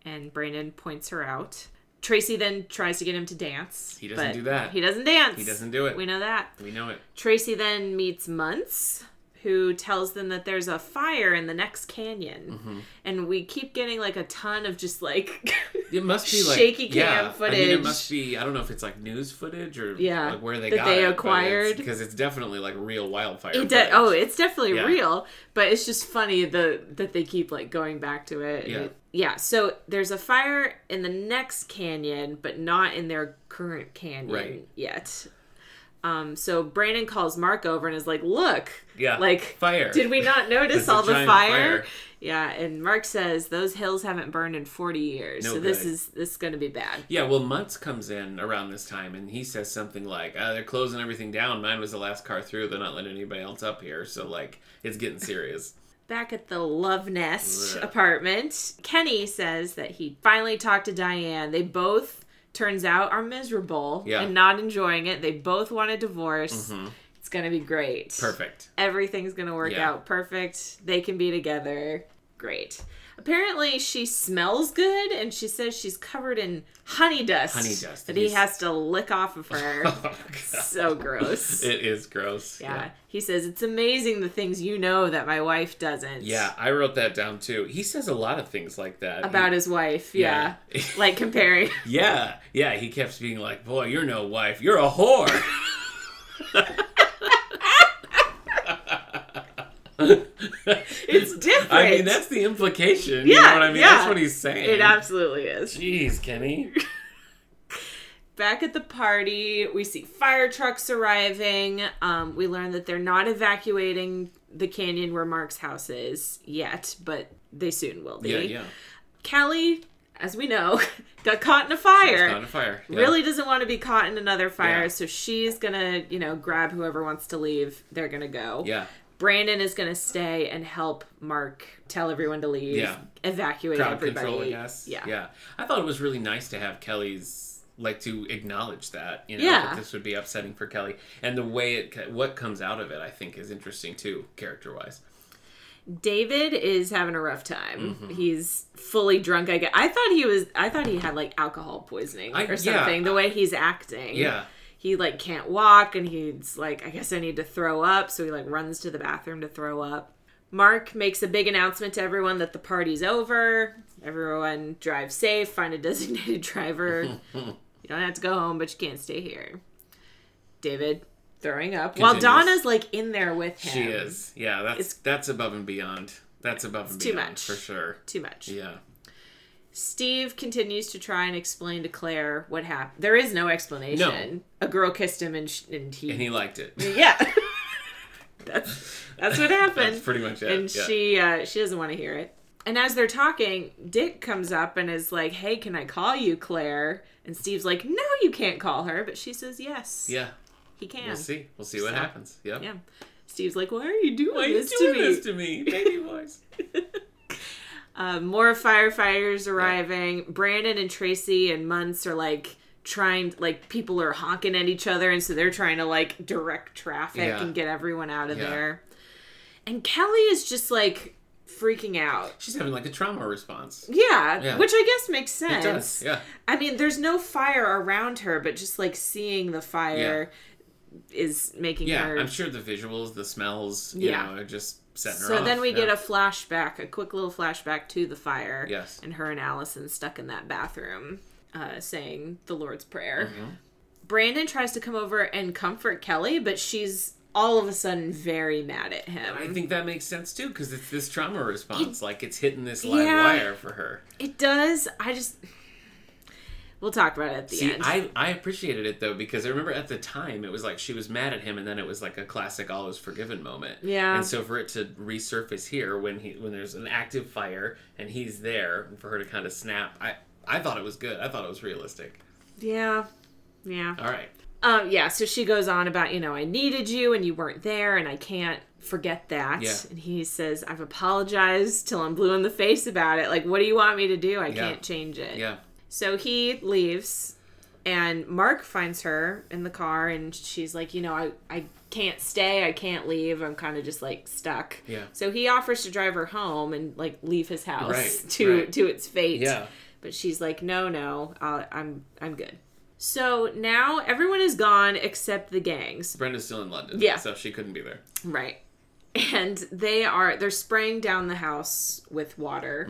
B: and Brandon points her out. Tracy then tries to get him to dance.
A: He doesn't
B: but
A: do that.
B: He doesn't dance.
A: He doesn't do it.
B: We know that.
A: We know it.
B: Tracy then meets Munts, who tells them that there's a fire in the next canyon.
A: Mm-hmm.
B: And we keep getting like a ton of just like
A: It must be like
B: Shaky cam
A: yeah, I mean,
B: footage.
A: it must be. I don't know if it's like news footage or
B: Yeah,
A: like where they
B: that
A: got
B: they
A: it,
B: acquired.
A: because it's, definitely like real wildfire.
B: It de-
A: footage.
B: oh, it's definitely
A: Yeah.
B: real, but it's just funny the that they keep like going back to it.
A: Yeah.
B: It- yeah. So there's a fire in the next canyon, but not in their current canyon
A: Right.
B: yet. Um, so Brandon calls Mark over and is like, "Look,
A: Yeah,
B: like
A: fire.
B: Did we not notice
A: It's a
B: all the
A: giant
B: fire?
A: fire.
B: Yeah." And Mark says those hills haven't burned in 40 years,
A: No
B: so this
A: good.
B: is this is going to be bad.
A: Yeah, well, Muntz comes in around this time and he says something like, uh, "They're closing everything down. Mine was the last car through. They're not letting anybody else up here. So like, it's getting serious."
B: Back at the Love Nest
A: Blech.
B: apartment, Kenny says that he finally talked to Diane. They both, turns out, are miserable
A: Yeah. Mm-hmm.
B: and not enjoying it. They both want a divorce. It's going to be great.
A: Perfect.
B: Everything's going to work
A: Yeah.
B: out perfect. They can be together. Great. Apparently, she smells good and she says she's covered in honey dust.
A: Honey dust,
B: That
A: and
B: he
A: he's-
B: has to lick off of her.
A: Oh, God.
B: so gross.
A: It is gross.
B: yeah. He says, It's amazing the things you know that my wife doesn't.
A: Yeah, I wrote that down too. He says a lot of things like that
B: about his wife. Yeah,
A: Yeah.
B: like comparing.
A: Yeah, yeah. He kept being like, "Boy, you're no wife. You're a whore."
B: It's different.
A: I mean, that's the implication. you
B: Yeah,
A: know what I mean?
B: yeah.
A: That's what he's saying.
B: it. Absolutely is.
A: Jeez, Kenny.
B: Back at the party, we see fire trucks arriving. Um, we learn that they're not evacuating the canyon where Mark's house is yet, but they soon will be.
A: Yeah, yeah.
B: Callie, as we know, got caught in a fire.
A: It's not a fire. Yeah.
B: Really doesn't want to be caught in another fire,
A: Yeah.
B: so she's gonna, you know, grab whoever wants to leave. They're gonna go.
A: Yeah.
B: Brandon is going to stay and help Mark tell everyone to leave,
A: Yeah.
B: evacuate
A: Crowd
B: everybody.
A: control, I guess.
B: Yeah.
A: Yeah. I thought it was really nice to have Kelly's like to acknowledge that you know
B: Yeah.
A: that this would be upsetting for Kelly and the way it what comes out of it I think is interesting too character wise.
B: David is having a rough time.
A: Mm-hmm.
B: He's fully drunk. I guess. I thought he was. I thought he had like alcohol poisoning
A: I-
B: or
A: yeah.
B: something. The way he's acting.
A: Yeah.
B: He like can't walk, and he's like, I guess I need to throw up. So he like runs to the bathroom to throw up. Mark makes a big announcement to everyone that the party's over. Everyone drive safe. Find a designated driver. you don't have to go home, but you can't stay here. David throwing up while
A: Continues.
B: Donna's like in there with him.
A: She is. Yeah, that's
B: It's-
A: that's above and beyond. That's above and
B: too
A: beyond
B: much.
A: for sure.
B: Too much.
A: Yeah.
B: Steve continues to try and explain to Claire what happened. There is no explanation. A girl kissed him and, sh- and he.
A: And he liked it.
B: yeah. that's, that's what happened.
A: That's pretty much it.
B: and
A: yeah.
B: she uh, she doesn't want to hear it. And as they're talking, Dick comes up and is like, "Hey, can I call you Claire?" And Steve's like, "No, you can't call her." But she says, "Yes,
A: Yeah.
B: he can."
A: We'll see. We'll see what
B: So-
A: happens. Yep.
B: Yeah. Steve's like, "Why are you doing
A: Why are you
B: this
A: doing
B: to me?"
A: this to me, baby boys?
B: Uh, more firefighters arriving. Brandon and Tracy and Munts are like trying, like people are honking at each other, and so they're trying to like direct traffic
A: Yeah.
B: and get everyone out of
A: Yeah.
B: there. And Kelly is just like freaking out.
A: She's having like a trauma response.
B: Yeah,
A: Yeah.
B: which I guess makes sense.
A: does. Yeah.
B: I mean, there's no fire around her, but just like seeing the fire is making
A: Yeah.
B: her.
A: I'm sure the visuals, the smells, you
B: Yeah.
A: know, are just setting her
B: So
A: off.
B: then we
A: yeah.
B: get a flashback, a quick little flashback to the fire.
A: Yes.
B: And her and Allison stuck in that bathroom uh, saying the Lord's Prayer.
A: Mm-hmm.
B: Brandon tries to come over and comfort Kelly, but she's all of a sudden very mad at him.
A: I think that makes sense too because it's this trauma response. like it's hitting this live
B: Yeah.
A: wire for her.
B: it does. I just. We'll talk about it at the
A: See,
B: end.
A: I, I appreciated it though because I remember at the time it was like she was mad at him, and then it was like a classic all is forgiven moment.
B: Yeah.
A: And so for it to resurface here when he when there's an active fire and he's there, and for her to kind of snap, I I thought it was good. I thought it was realistic.
B: yeah. Yeah.
A: All right.
B: Um, yeah, so she goes on about, you know, I needed you and you weren't there and I can't forget that.
A: Yeah.
B: And he says, I've apologized till I'm blue in the face about it. Like, what do you want me to do? I
A: Yeah.
B: can't change it.
A: Yeah.
B: So he leaves and Mark finds her in the car and she's like, you know, I, I can't stay, I can't leave, I'm kind of just like stuck.
A: Yeah.
B: So he offers to drive her home and like leave his house
A: Right,
B: to
A: right.
B: to its fate.
A: Yeah.
B: But she's like, no, no, I'll, I'm I'm good. So now everyone is gone except the gangs,
A: Brenda's still in London.
B: Yeah.
A: So she couldn't be there.
B: right? And they are they're spraying down the house with water.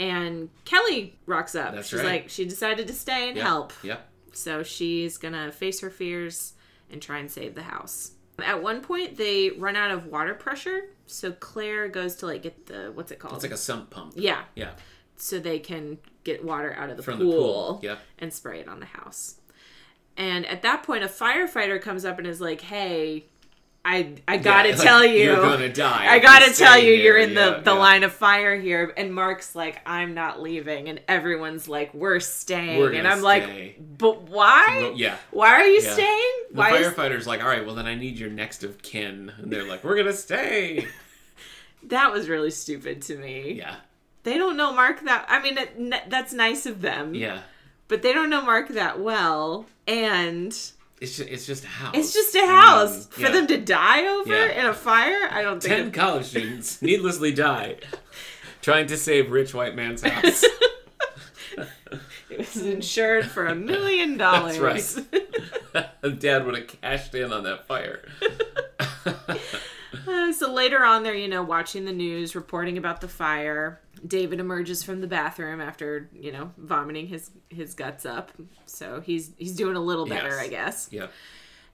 B: And Kelly rocks up.
A: Mm-hmm. That's
B: she's
A: right.
B: like, she decided to stay and
A: Yeah.
B: help.
A: Yeah.
B: So she's gonna face her fears and try and save the house. At one point, they run out of water pressure, so Claire goes to like get the what's it called?
A: It's like a sump pump.
B: yeah,
A: Yeah.
B: so they can get water out of the,
A: From
B: pool,
A: the pool. Yeah.
B: and spray it on the house. And at that point, a firefighter comes up and is like, "Hey, I I gotta
A: Yeah, like,
B: tell you,
A: You're gonna die.
B: I
A: if
B: gotta
A: stay
B: tell you,
A: here.
B: you're in
A: Yeah,
B: the, the
A: yeah.
B: line of fire here. And Mark's like, I'm not leaving. And everyone's like, we're staying.
A: We're
B: and
A: gonna
B: I'm like,
A: stay.
B: but why?
A: Well, yeah.
B: Why are you
A: Yeah.
B: staying?
A: The
B: why is
A: firefighter's like, all right, well, then I need your next of kin. And they're like, we're going to stay.
B: that was really stupid to me?
A: Yeah.
B: They don't know Mark that. I mean, it, n- that's nice of them.
A: Yeah.
B: But they don't know Mark that well, and
A: It's just, it's just a house.
B: it's just a
A: I mean,
B: house for
A: yeah.
B: them to die over
A: Yeah.
B: in a fire. I don't
A: Ten
B: think. it-
A: college students needlessly die trying to save rich white man's house.
B: It was insured for a million dollars.
A: right. Dad would have cashed in on that fire.
B: Uh, so later on, they're, you know, watching the news, reporting about the fire. David emerges from the bathroom after, you know, vomiting his his guts up. So he's he's doing a little better,
A: Yes.
B: I guess.
A: Yeah.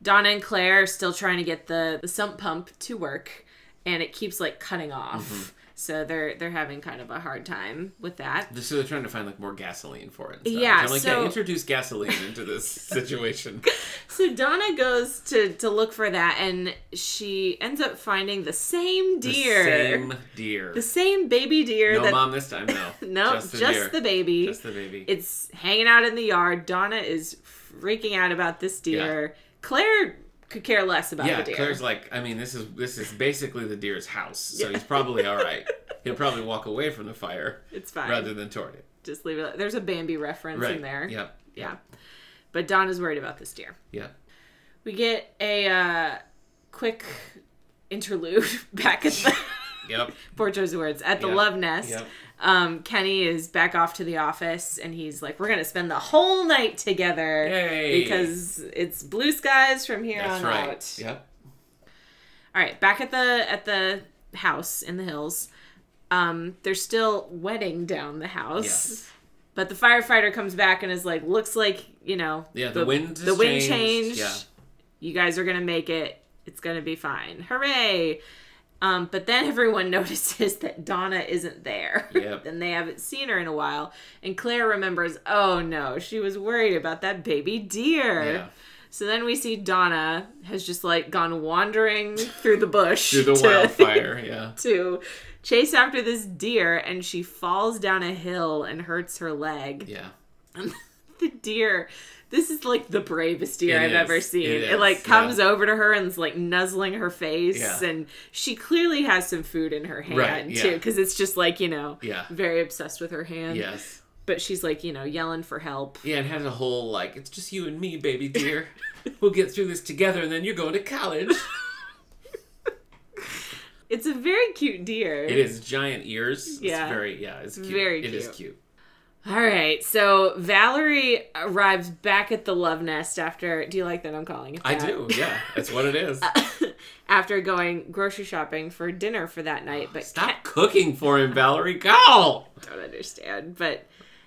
B: Donna and Claire are still trying to get the, the sump pump to work and it keeps like cutting off.
A: Mm-hmm.
B: So they're they're having kind of a hard time with that.
A: So they're trying to find like more gasoline for it. and stuff.
B: Yeah,
A: I'm like,
B: so-
A: yeah, introduce gasoline into this situation.
B: So Donna goes to to look for that and she ends up finding the same deer.
A: The same deer.
B: The same baby deer
A: no
B: that
A: mom this time, no.
B: No,
A: just
B: just,
A: the
B: the,
A: deer.
B: baby.
A: Just the baby.
B: It's hanging out in the yard. Donna is freaking out about this deer. Claire could care less about
A: yeah,
B: the deer.
A: Claire's like, I mean, this is this is basically the deer's house, so he's probably all right. He'll probably walk away from the fire
B: it's fine.
A: rather than toward it.
B: Just leave it. There's a Bambi reference
A: Right
B: in there.
A: Yeah,
B: Yeah. But Donna's worried about this deer.
A: yeah.
B: We get a uh, quick interlude back at the
A: Yep.
B: poor choice of words at the
A: Yeah.
B: love nest.
A: Yep.
B: Um, Kenny is back off to the office and he's like, "We're gonna spend the whole night together
A: Yay.
B: because it's blue skies from here
A: That's
B: on
A: right.
B: out."
A: Yep.
B: All right, back at the at the house in the hills. Um, they're still wetting down the house.
A: Yes.
B: But the firefighter comes back and is like, "Looks like you know,
A: Yeah, the wind has
B: the wind
A: changed.
B: changed.
A: Yeah.
B: You guys are gonna make it. It's gonna be fine. Hooray!" Um, but then everyone notices that Donna isn't there,
A: Yep.
B: and they haven't seen her in a while. And Claire remembers, "Oh no, she was worried about that baby deer."
A: Yeah.
B: So then we see Donna has just like gone wandering through the bush
A: Through the
B: to,
A: wildfire. Yeah.
B: to chase after this deer, and she falls down a hill and hurts her leg.
A: Yeah.
B: The deer, this is like the bravest deer
A: It
B: I've
A: is.
B: ever seen.
A: It
B: It,
A: is,
B: like
A: yeah.
B: comes over to her and is like nuzzling her face,
A: Yeah.
B: and she clearly has some food in her hand
A: Right, yeah.
B: too, because it's just like you know,
A: Yeah.
B: very obsessed with her hand.
A: Yes.
B: But she's like you know yelling for help.
A: Yeah, it has a whole like, it's just you and me, baby dear. we'll get through this together, and then you're going to college.
B: It's a very cute deer.
A: it is giant ears.
B: Yeah.
A: It's very yeah. It's cute.
B: Very
A: It is
B: cute.
A: cute.
B: All right, so Valerie arrives back at the love nest after. Do you like that I'm calling it?
A: I
B: that?
A: do. Yeah, that's what it is.
B: After going grocery shopping for dinner for that night, but
A: Stop cooking for him, Valerie. Go.
B: Ken- don't understand. But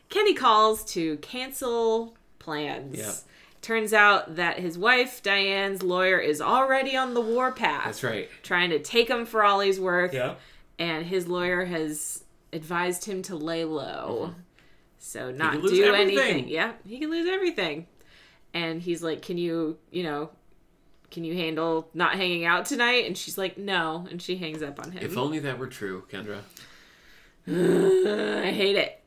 B: Kenny calls to cancel plans.
A: Yep.
B: Turns out that his wife Diane's lawyer is already on the warpath,
A: That's right.
B: trying to take him for all he's worth.
A: Yeah.
B: And his lawyer has advised him to lay low. So
A: could
B: not
A: Mm-hmm. lose
B: do
A: everything.
B: anything. Yeah, he can lose everything. And he's like, "Can you, you know, can you handle not hanging out tonight?" And she's like, "No." And she hangs up on him.
A: If only that were true, Kendra.
B: Ugh, I hate it.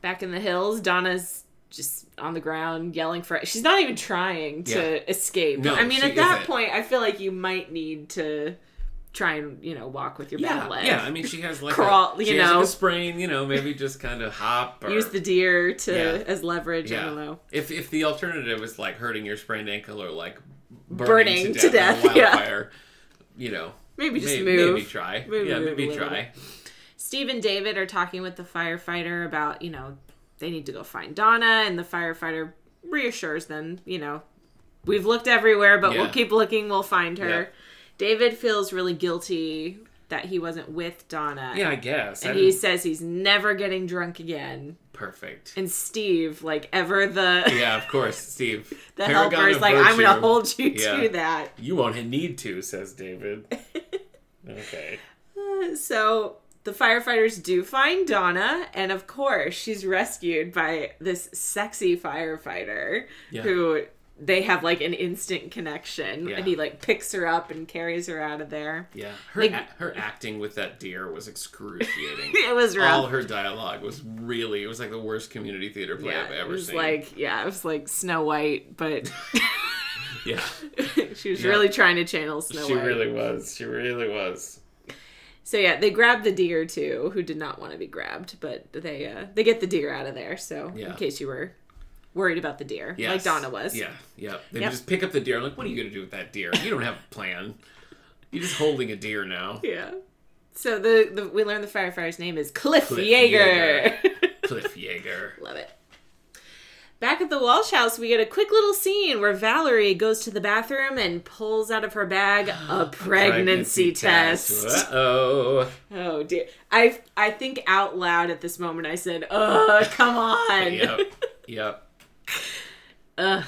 B: Back in the hills, Donna's just on the ground yelling for She's not even trying to
A: Yeah.
B: escape.
A: No,
B: I mean,
A: she
B: at that
A: isn't.
B: point, I feel like you might need to try and, you know, walk with your
A: Yeah,
B: bad leg.
A: yeah. I mean, she has like
B: Crawl,
A: a,
B: you
A: she has like
B: know.
A: a sprain. You know, maybe just kind of hop or
B: Use the deer to
A: Yeah.
B: as leverage.
A: yeah.
B: I don't know.
A: If if the alternative is like hurting your sprained ankle or like burning, to death, in a
B: yeah.
A: wildfire. You know,
B: Maybe just
A: may-
B: move.
A: maybe try,
B: Maybe
A: yeah,
B: move a
A: maybe
B: little
A: try.
B: Steve and David are talking with the firefighter about, you know, they need to go find Donna, and the firefighter reassures them, you know, we've looked everywhere, but we'll
A: Yeah.
B: keep looking, we'll find her.
A: Yeah.
B: David feels really guilty that he wasn't with Donna.
A: Yeah, I guess.
B: And
A: I
B: he
A: didn't-
B: says he's never getting drunk again.
A: perfect.
B: And Steve, like ever the
A: yeah, of course, Steve.
B: the
A: Paragon
B: helper, is
A: of
B: like, I'm gonna
A: virtue.
B: hold you
A: Yeah.
B: to that.
A: You won't need to, says David. okay.
B: So the firefighters do find Donna, and of course, she's rescued by this sexy firefighter
A: Yeah.
B: who they have like an instant connection.
A: Yeah.
B: And he like picks her up and carries her out of there.
A: Yeah, her
B: Like-
A: a- her acting with that deer was excruciating.
B: It was rough.
A: All her dialogue was really it was like the worst community theater play
B: yeah,
A: I've ever
B: it was
A: seen.
B: like yeah, it was like Snow White, but
A: yeah,
B: she was
A: Yeah.
B: really trying to channel Snow
A: she
B: White.
A: really was. She really was.
B: So yeah, they grab the deer too, who did not want to be grabbed, but they uh, they get the deer out of there. So
A: Yeah.
B: in case you were worried about the deer,
A: Yes.
B: like Donna was,
A: Yeah, yeah. They
B: Yep.
A: just pick up the deer. Like, what are you gonna do with that deer? You don't have a plan. You're just holding a deer now.
B: Yeah. So the, the we learned the firefighter's name is Cliff,
A: Cliff
B: Yeager.
A: Cliff Yeager.
B: Love it. Back at the Walsh house, we get a quick little scene where Valerie goes to the bathroom and pulls out of her bag a pregnancy, test.
A: Uh oh.
B: Oh dear. I I think out loud at this moment I said, "Ugh, come on."
A: Yep. Yep.
B: Ugh.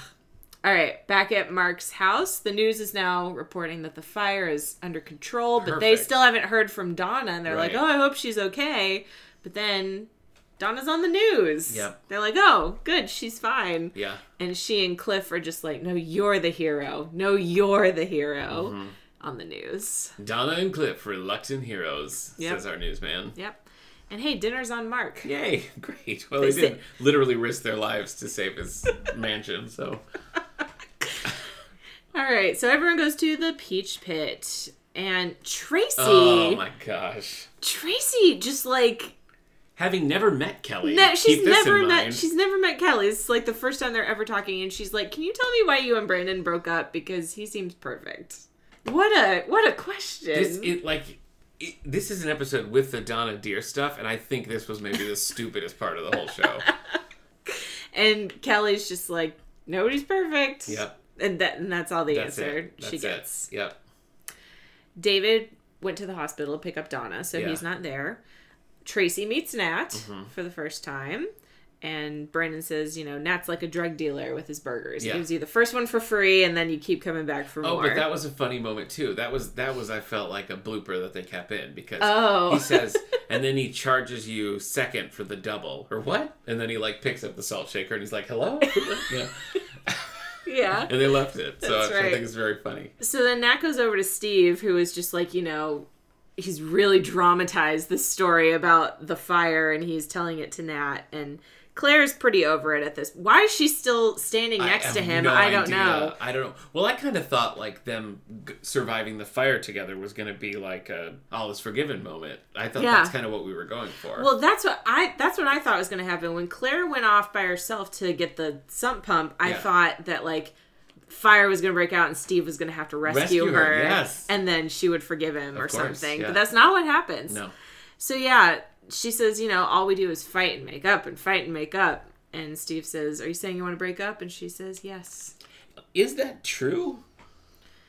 B: All right, back at Mark's house, the news is now reporting that the fire is under control, but they
A: Perfect.
B: still haven't heard from Donna, and they're like,
A: Right.
B: "Oh, I hope she's okay." But then Donna's on the news.
A: Yep.
B: They're like, "Oh, good, she's fine."
A: Yeah.
B: And she and Cliff are just like, "No, you're the hero. No, you're the hero."
A: Mm-hmm.
B: On the news.
A: Donna and Cliff, reluctant heroes,
B: Yep.
A: says our newsman.
B: Yep. And hey, dinner's on Mark.
A: Yay! Great. Well, they
B: They
A: did literally risk their lives to save his mansion. So
B: All right, so everyone goes to the Peach Pit, and Tracy,
A: Oh my gosh.
B: Tracy, just like
A: Having never met Kelly.
B: No, she's
A: keep this
B: never
A: in
B: met.
A: mind.
B: She's never met Kelly. This is like the first time they're ever talking, and she's like, "Can you tell me why you and Brandon broke up? Because he seems perfect." What a what a question.
A: this it like it, this is an episode with the Donna Deer stuff, and I think this was maybe the stupidest part of the whole show.
B: and Kelly's just like, "Nobody's perfect."
A: Yep.
B: And that and that's all the
A: That's
B: answer
A: it. That's
B: she
A: it.
B: gets.
A: Yep.
B: David went to the hospital to pick up Donna, so
A: Yeah. Mm-hmm.
B: he's not there. Tracy meets Nat for the first time. And Brandon says, you know, Nat's like a drug dealer with his burgers.
A: Yeah.
B: He gives you the first one for free, and then you keep coming back for
A: Oh,
B: more.
A: but that was a funny moment too. That was that was I felt like a blooper that they kept in because
B: Oh.
A: he says, and then he charges you second for the double or what? And then he like picks up the salt shaker and he's like, "Hello," yeah,
B: yeah.
A: and they left it. So I,
B: That's
A: so I
B: right.
A: think it's very funny.
B: So then Nat goes over to Steve, who is just like, you know, he's really dramatized this story about the fire and he's telling it to Nat. And Claire's pretty over it at this. Why is she still standing next
A: have
B: to him?
A: no
B: I don't
A: idea.
B: know.
A: I don't know. Well, I kind of thought like them g- surviving the fire together was going to be like a all is forgiven moment. I thought
B: Yeah.
A: that's kind of what we were going for.
B: Well, that's what I that's what I thought was going to happen when Claire went off by herself to get the sump pump. I
A: Yeah.
B: thought that like fire was going to break out and Steve was going to have to rescue,
A: Rescue her, yes.
B: and then she would forgive him or
A: course,
B: something.
A: yeah.
B: But that's not what happens.
A: no.
B: So yeah, she says, you know, all we do is fight and make up and fight and make up. And Steve says, "Are you saying you want to break up?" And she says, "Yes."
A: Is that true?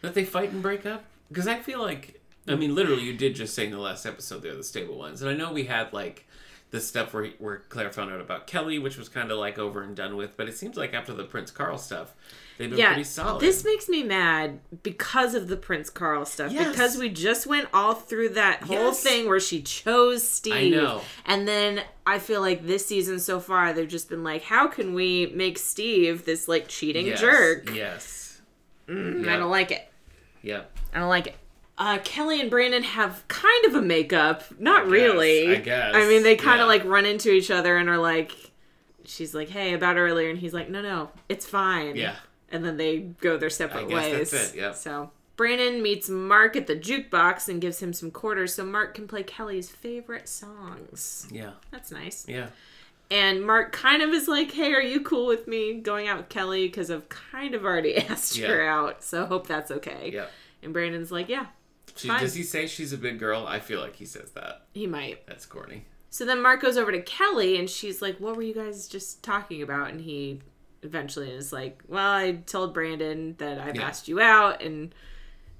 A: That they fight and break up? Because I feel like, I mean, literally, you did just say in the last episode they're the stable ones, and I know we had like the stuff where where Claire found out about Kelly, which was kind of like over and done with. But it seems like after the Prince Carl stuff, they've been
B: yeah.
A: pretty solid.
B: This makes me mad because of the Prince Carl stuff
A: Yes.
B: because we just went all through that whole
A: Yes.
B: thing where she chose Steve.
A: know.
B: And then I feel like this season so far they've just been like, "How can we make Steve this like cheating
A: yes.
B: jerk?" Mm,
A: Yes.
B: I don't like it.
A: Yep.
B: I don't like it. Uh, Kelly and Brandon have kind of a makeup, not really.
A: I guess,
B: I mean, they kind of
A: yeah.
B: like run into each other and are like, she's like, "Hey, about earlier," and he's like, "No, no, it's fine."
A: Yeah.
B: And then they go their separate
A: I guess
B: ways.
A: that's it, yep.
B: So Brandon meets Mark at the jukebox and gives him some quarters so Mark can play Kelly's favorite songs.
A: Yeah.
B: That's nice.
A: Yeah.
B: And Mark kind of is like, hey, are you cool with me going out with Kelly? Because I've kind of already asked her
A: Yeah.
B: out, so hope that's okay.
A: Yeah.
B: And Brandon's like, yeah,
A: She,
B: Fine.
A: does he say she's a big girl? I feel like he says that.
B: he might.
A: That's corny.
B: So then Mark goes over to Kelly and she's like, What were you guys just talking about? And he eventually is like, Well, I told Brandon that I've
A: Yeah.
B: asked you out. And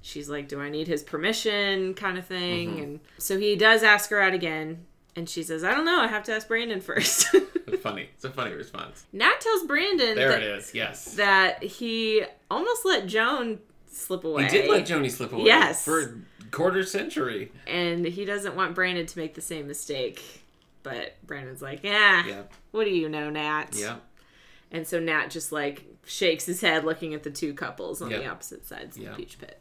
B: she's like, Do I need his permission? kind of thing.
A: Mm-hmm.
B: And so he does ask her out again. And she says, I don't know. I have to ask Brandon first.
A: funny. It's a funny response.
B: Nat tells Brandon
A: There
B: that,
A: it is. Yes.
B: that he almost let Joan slip away.
A: He did let Joni slip away.
B: Yes.
A: For a quarter century.
B: and he doesn't want Brandon to make the same mistake. But Brandon's like, Yeah.
A: Yeah.
B: What do you know, Nat?
A: Yeah.
B: And so Nat just like shakes his head looking at the two couples on the
A: Yeah.
B: opposite sides of
A: Yeah.
B: the beach pit.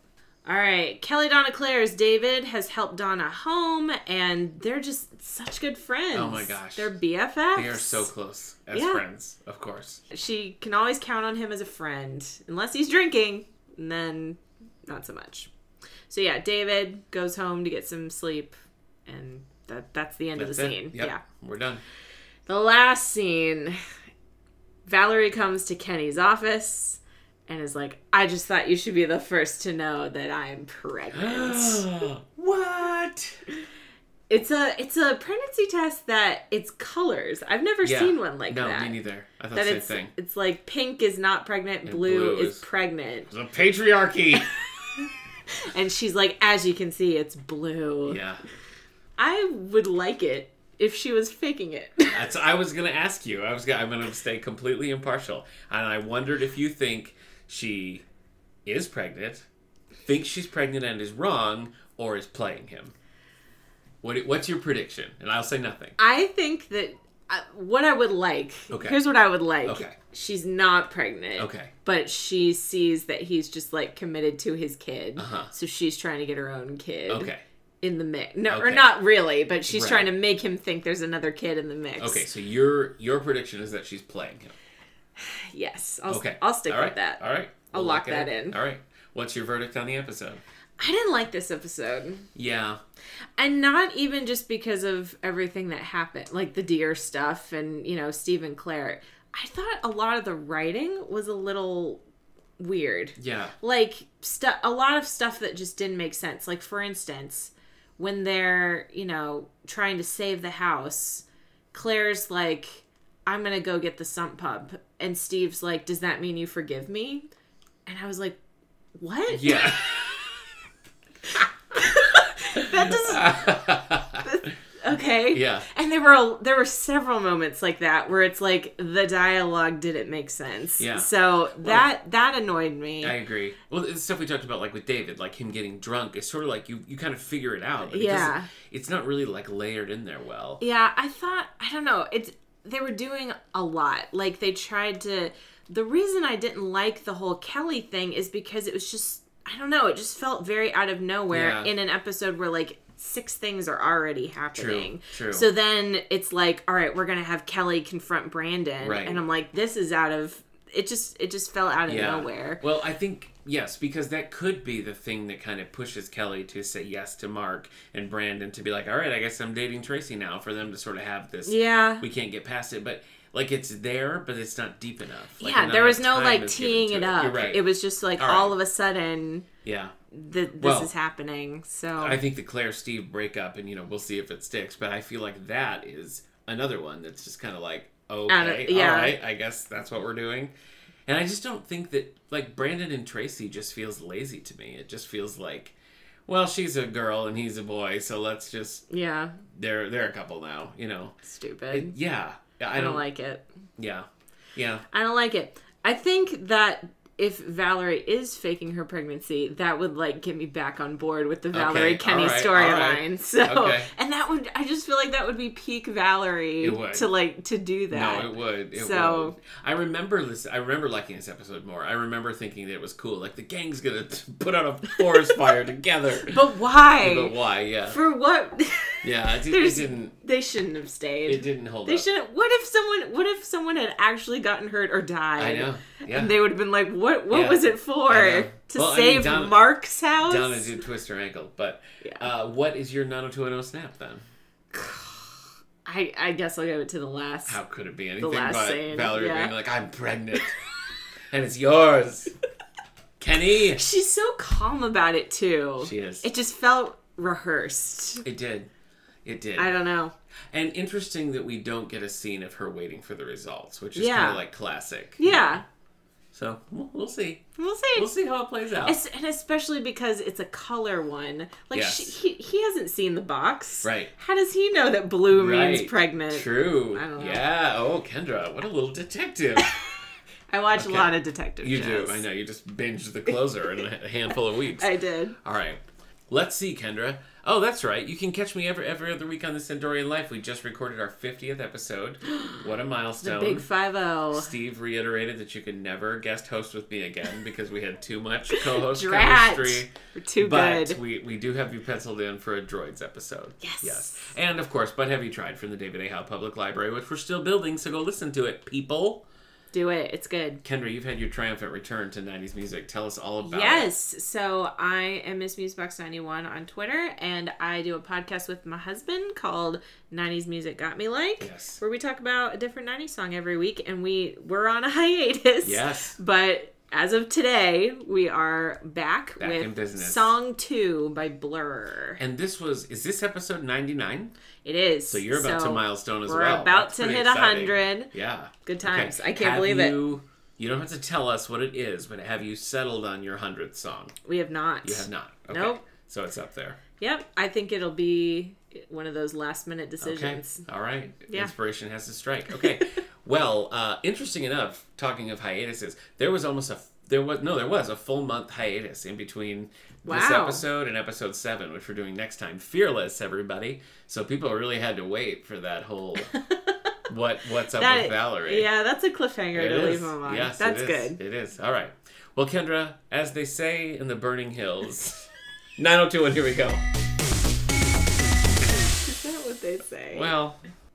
B: All right, Kelly Donna Claire's David has helped Donna home, and they're just such good friends.
A: Oh my gosh.
B: they're BFFs.
A: They are so close as
B: Yeah.
A: friends, of course.
B: She can always count on him as a friend, unless he's drinking, and then not so much. So yeah, David goes home to get some sleep, and that that's the end
A: That's
B: of
A: it.
B: the scene.
A: Yep.
B: Yeah.
A: We're done.
B: The last scene Valerie comes to Kenny's office and is like, I just thought you should be the first to know that I'm pregnant.
A: what?
B: it's a it's a pregnancy test that it's colors. I've never
A: Yeah.
B: seen one like
A: no,
B: that.
A: me neither. I thought the
B: That
A: same
B: it's
A: thing.
B: it's like pink is not pregnant, blue,
A: blue
B: is
A: is-
B: pregnant.
A: The patriarchy.
B: And she's like, as you can see, it's blue.
A: yeah.
B: I would like it if she was faking it.
A: That's I was gonna ask you. I was gonna, I'm gonna stay completely impartial, and I wondered if you think she is pregnant, thinks she's pregnant and is wrong, or is playing him. What What's your prediction? And I'll say nothing.
B: I think that uh, what I would like.
A: Okay.
B: Here's what I would like.
A: Okay.
B: She's not pregnant.
A: Okay.
B: But she sees that he's just like committed to his kid.
A: Uh-huh.
B: So she's trying to get her own kid.
A: Okay.
B: In the mix. No, or
A: Okay.
B: not really, but she's
A: Right.
B: trying to make him think there's another kid in the mix.
A: Okay. So your your prediction is that she's playing him.
B: Yes. I'll,
A: Okay.
B: I'll stick
A: All right.
B: with that.
A: All right.
B: I'll
A: We'll
B: lock
A: it
B: that in.
A: All right. What's your verdict on the episode?
B: I didn't like this episode.
A: Yeah.
B: And not even just because of everything that happened, like the deer stuff and, you know, Steve and Claire. I thought a lot of the writing was a little weird.
A: Yeah.
B: like stuff a lot of stuff that just didn't make sense like for instance when they're you know trying to save the house claire's like i'm gonna go get the sump pump and steve's like does that mean you forgive me and i was like what
A: Yeah.
B: that doesn't okay
A: yeah.
B: and there were a, there were several moments like that where it's like the dialogue didn't make sense
A: Yeah.
B: so that that annoyed me
A: I agree. Well, it's stuff we talked about, like with David, like him getting drunk. It's sort of like you, you kind of figure it out. But it
B: Yeah.
A: doesn't- it's not really like layered in there well.
B: Yeah, I thought I don't know. It's they were doing a lot. Like they tried to the reason I didn't like the whole Kelly thing is because it was just I don't know, it just felt very out of nowhere
A: Yeah.
B: in an episode where like six things are already happening.
A: true.
B: So then it's like, all right, we're going to have Kelly confront Brandon
A: Right.
B: and I'm like this is out of it just it just fell out of
A: Yeah.
B: nowhere.
A: Well, I think yes, because that could be the thing that kind of pushes Kelly to say yes to Mark and Brandon to be like, all right, I guess I'm dating Tracy now. For them to sort of have this,
B: Yeah.
A: we can't get past it, but. Like it's there, but it's not deep enough. Like,
B: yeah,
A: not
B: there was
A: enough
B: no
A: time
B: like
A: is given
B: teeing
A: to
B: it
A: You're
B: up.
A: right.
B: It was just like all,
A: All right.
B: of a sudden
A: yeah.
B: that this
A: Well,
B: is happening. So
A: I think the Claire Steve breakup, and you know, we'll see if it sticks. But I feel like that is another one that's just kind of like,
B: Out of-
A: okay,
B: yeah.
A: all right, I guess that's what we're doing. And I just don't think that like Brandon and Tracy just feels lazy to me. It just feels like, well, she's a girl and he's a boy, so let's just
B: yeah,
A: they're they're a couple now, you know.
B: stupid.
A: It- yeah, I
B: I
A: don't,
B: don't like it.
A: Yeah, yeah,
B: I don't like it. I think that if Valerie is faking her pregnancy, that would like get me back on board with the Valerie Kenny
A: all right, all
B: storyline.
A: right.
B: So,
A: Okay.
B: and that would I just feel like that would be peak Valerie
A: It would.
B: to like to do that.
A: No, it would. It
B: So-
A: so I remember this. I remember liking this episode more. I remember thinking that it was cool. Like the gang's gonna t- put out a forest fire together.
B: But why?
A: But why? Yeah,
B: For what?
A: yeah. It, di- it
B: There's-
A: didn't.
B: they shouldn't have stayed.
A: It didn't hold
B: They
A: up.
B: shouldn't. What if someone? What if someone had actually gotten hurt or
A: I
B: died?
A: know. Yeah.
B: And they would have been like, "What? What
A: Yeah.
B: was it for?
A: I know.
B: To
A: Well, I mean,
B: save
A: Donna-
B: Mark's house?
A: Donna oh did twist her ankle, but uh, what is your 90210 snap then?
B: I, I guess I'll give it to the last.
A: How could it be anything
B: last
A: but
B: scene,
A: Valerie
B: yeah.
A: being like, I'm pregnant and it's yours, Kenny?
B: She's so calm about it too.
A: She is.
B: It just felt rehearsed.
A: It did. It did.
B: I don't know.
A: And interesting that we don't get a scene of her waiting for the results, which is
B: Yeah.
A: kind of like classic.
B: Yeah,
A: So we'll, we'll see.
B: we'll see.
A: We'll see how it plays out.
B: Es- And especially because it's a color one. Like
A: Yes.
B: she, he, he hasn't seen the box.
A: Right.
B: How does he know that blue means
A: Right.
B: pregnant?
A: True.
B: I don't know.
A: Yeah. Oh, Kendra, what a little detective.
B: I watch
A: Okay.
B: a lot of detective
A: you
B: shows.
A: do. I know. You just binged the closer in a handful of weeks.
B: I did.
A: All right. Let's see, Kendra. Oh, that's right. You can catch me every every other week on the Sandorian Life. We just recorded our 50th episode. What a
B: The
A: milestone.
B: big five oh. zero.
A: Steve reiterated that you could never guest host with me again because we had too much co-host
B: Drat.
A: chemistry.
B: We're too
A: But
B: good.
A: we we do have you penciled in for a droids episode.
B: Yes.
A: Yes. And of course, but have you tried from the David A. Howe Public Library, which we're still building, so go listen to it, people.
B: do it. It's good.
A: Kendra, you've had your triumphant return to 90s music. Tell us all about it.
B: Yes. So I am Miss Musebox91 on Twitter, and I do a podcast with my husband called 90s Music Got Me Like,
A: Yes.
B: where we talk about a different 90s song every week, and we were on a hiatus.
A: Yes.
B: But as of today, we are back,
A: Back
B: with
A: in business.
B: Song 2 by Blur.
A: And this was is this episode 99?
B: It is.
A: So you're about to milestone as
B: we're
A: well.
B: about
A: That's
B: to
A: pretty
B: hit
A: exciting.
B: 100.
A: Yeah.
B: Good times. I can't
A: Have
B: believe it.
A: you- You don't have to tell us what it is, but have you settled on your 100th song?
B: We have not.
A: You have not. Okay.
B: Nope.
A: So it's up there.
B: Yep. I think it'll be one of those last minute
A: Okay.
B: decisions.
A: All right.
B: Yeah.
A: Inspiration has to strike. Okay. well, uh, interesting enough. Talking of hiatuses, there was almost a there was no there was a full month hiatus in between this
B: Wow.
A: episode and episode seven, which we're doing next time. Fearless, everybody. So people really had to wait for that whole what what's up
B: That-
A: with Valerie.
B: Yeah, that's a cliffhanger
A: It
B: to leave
A: is.
B: them on.
A: Yes,
B: that's
A: it is.
B: good.
A: It is. All right. Well, Kendra, as they say in the Burning Hills, 902 and here we go.
B: Is that what they say?
A: Well,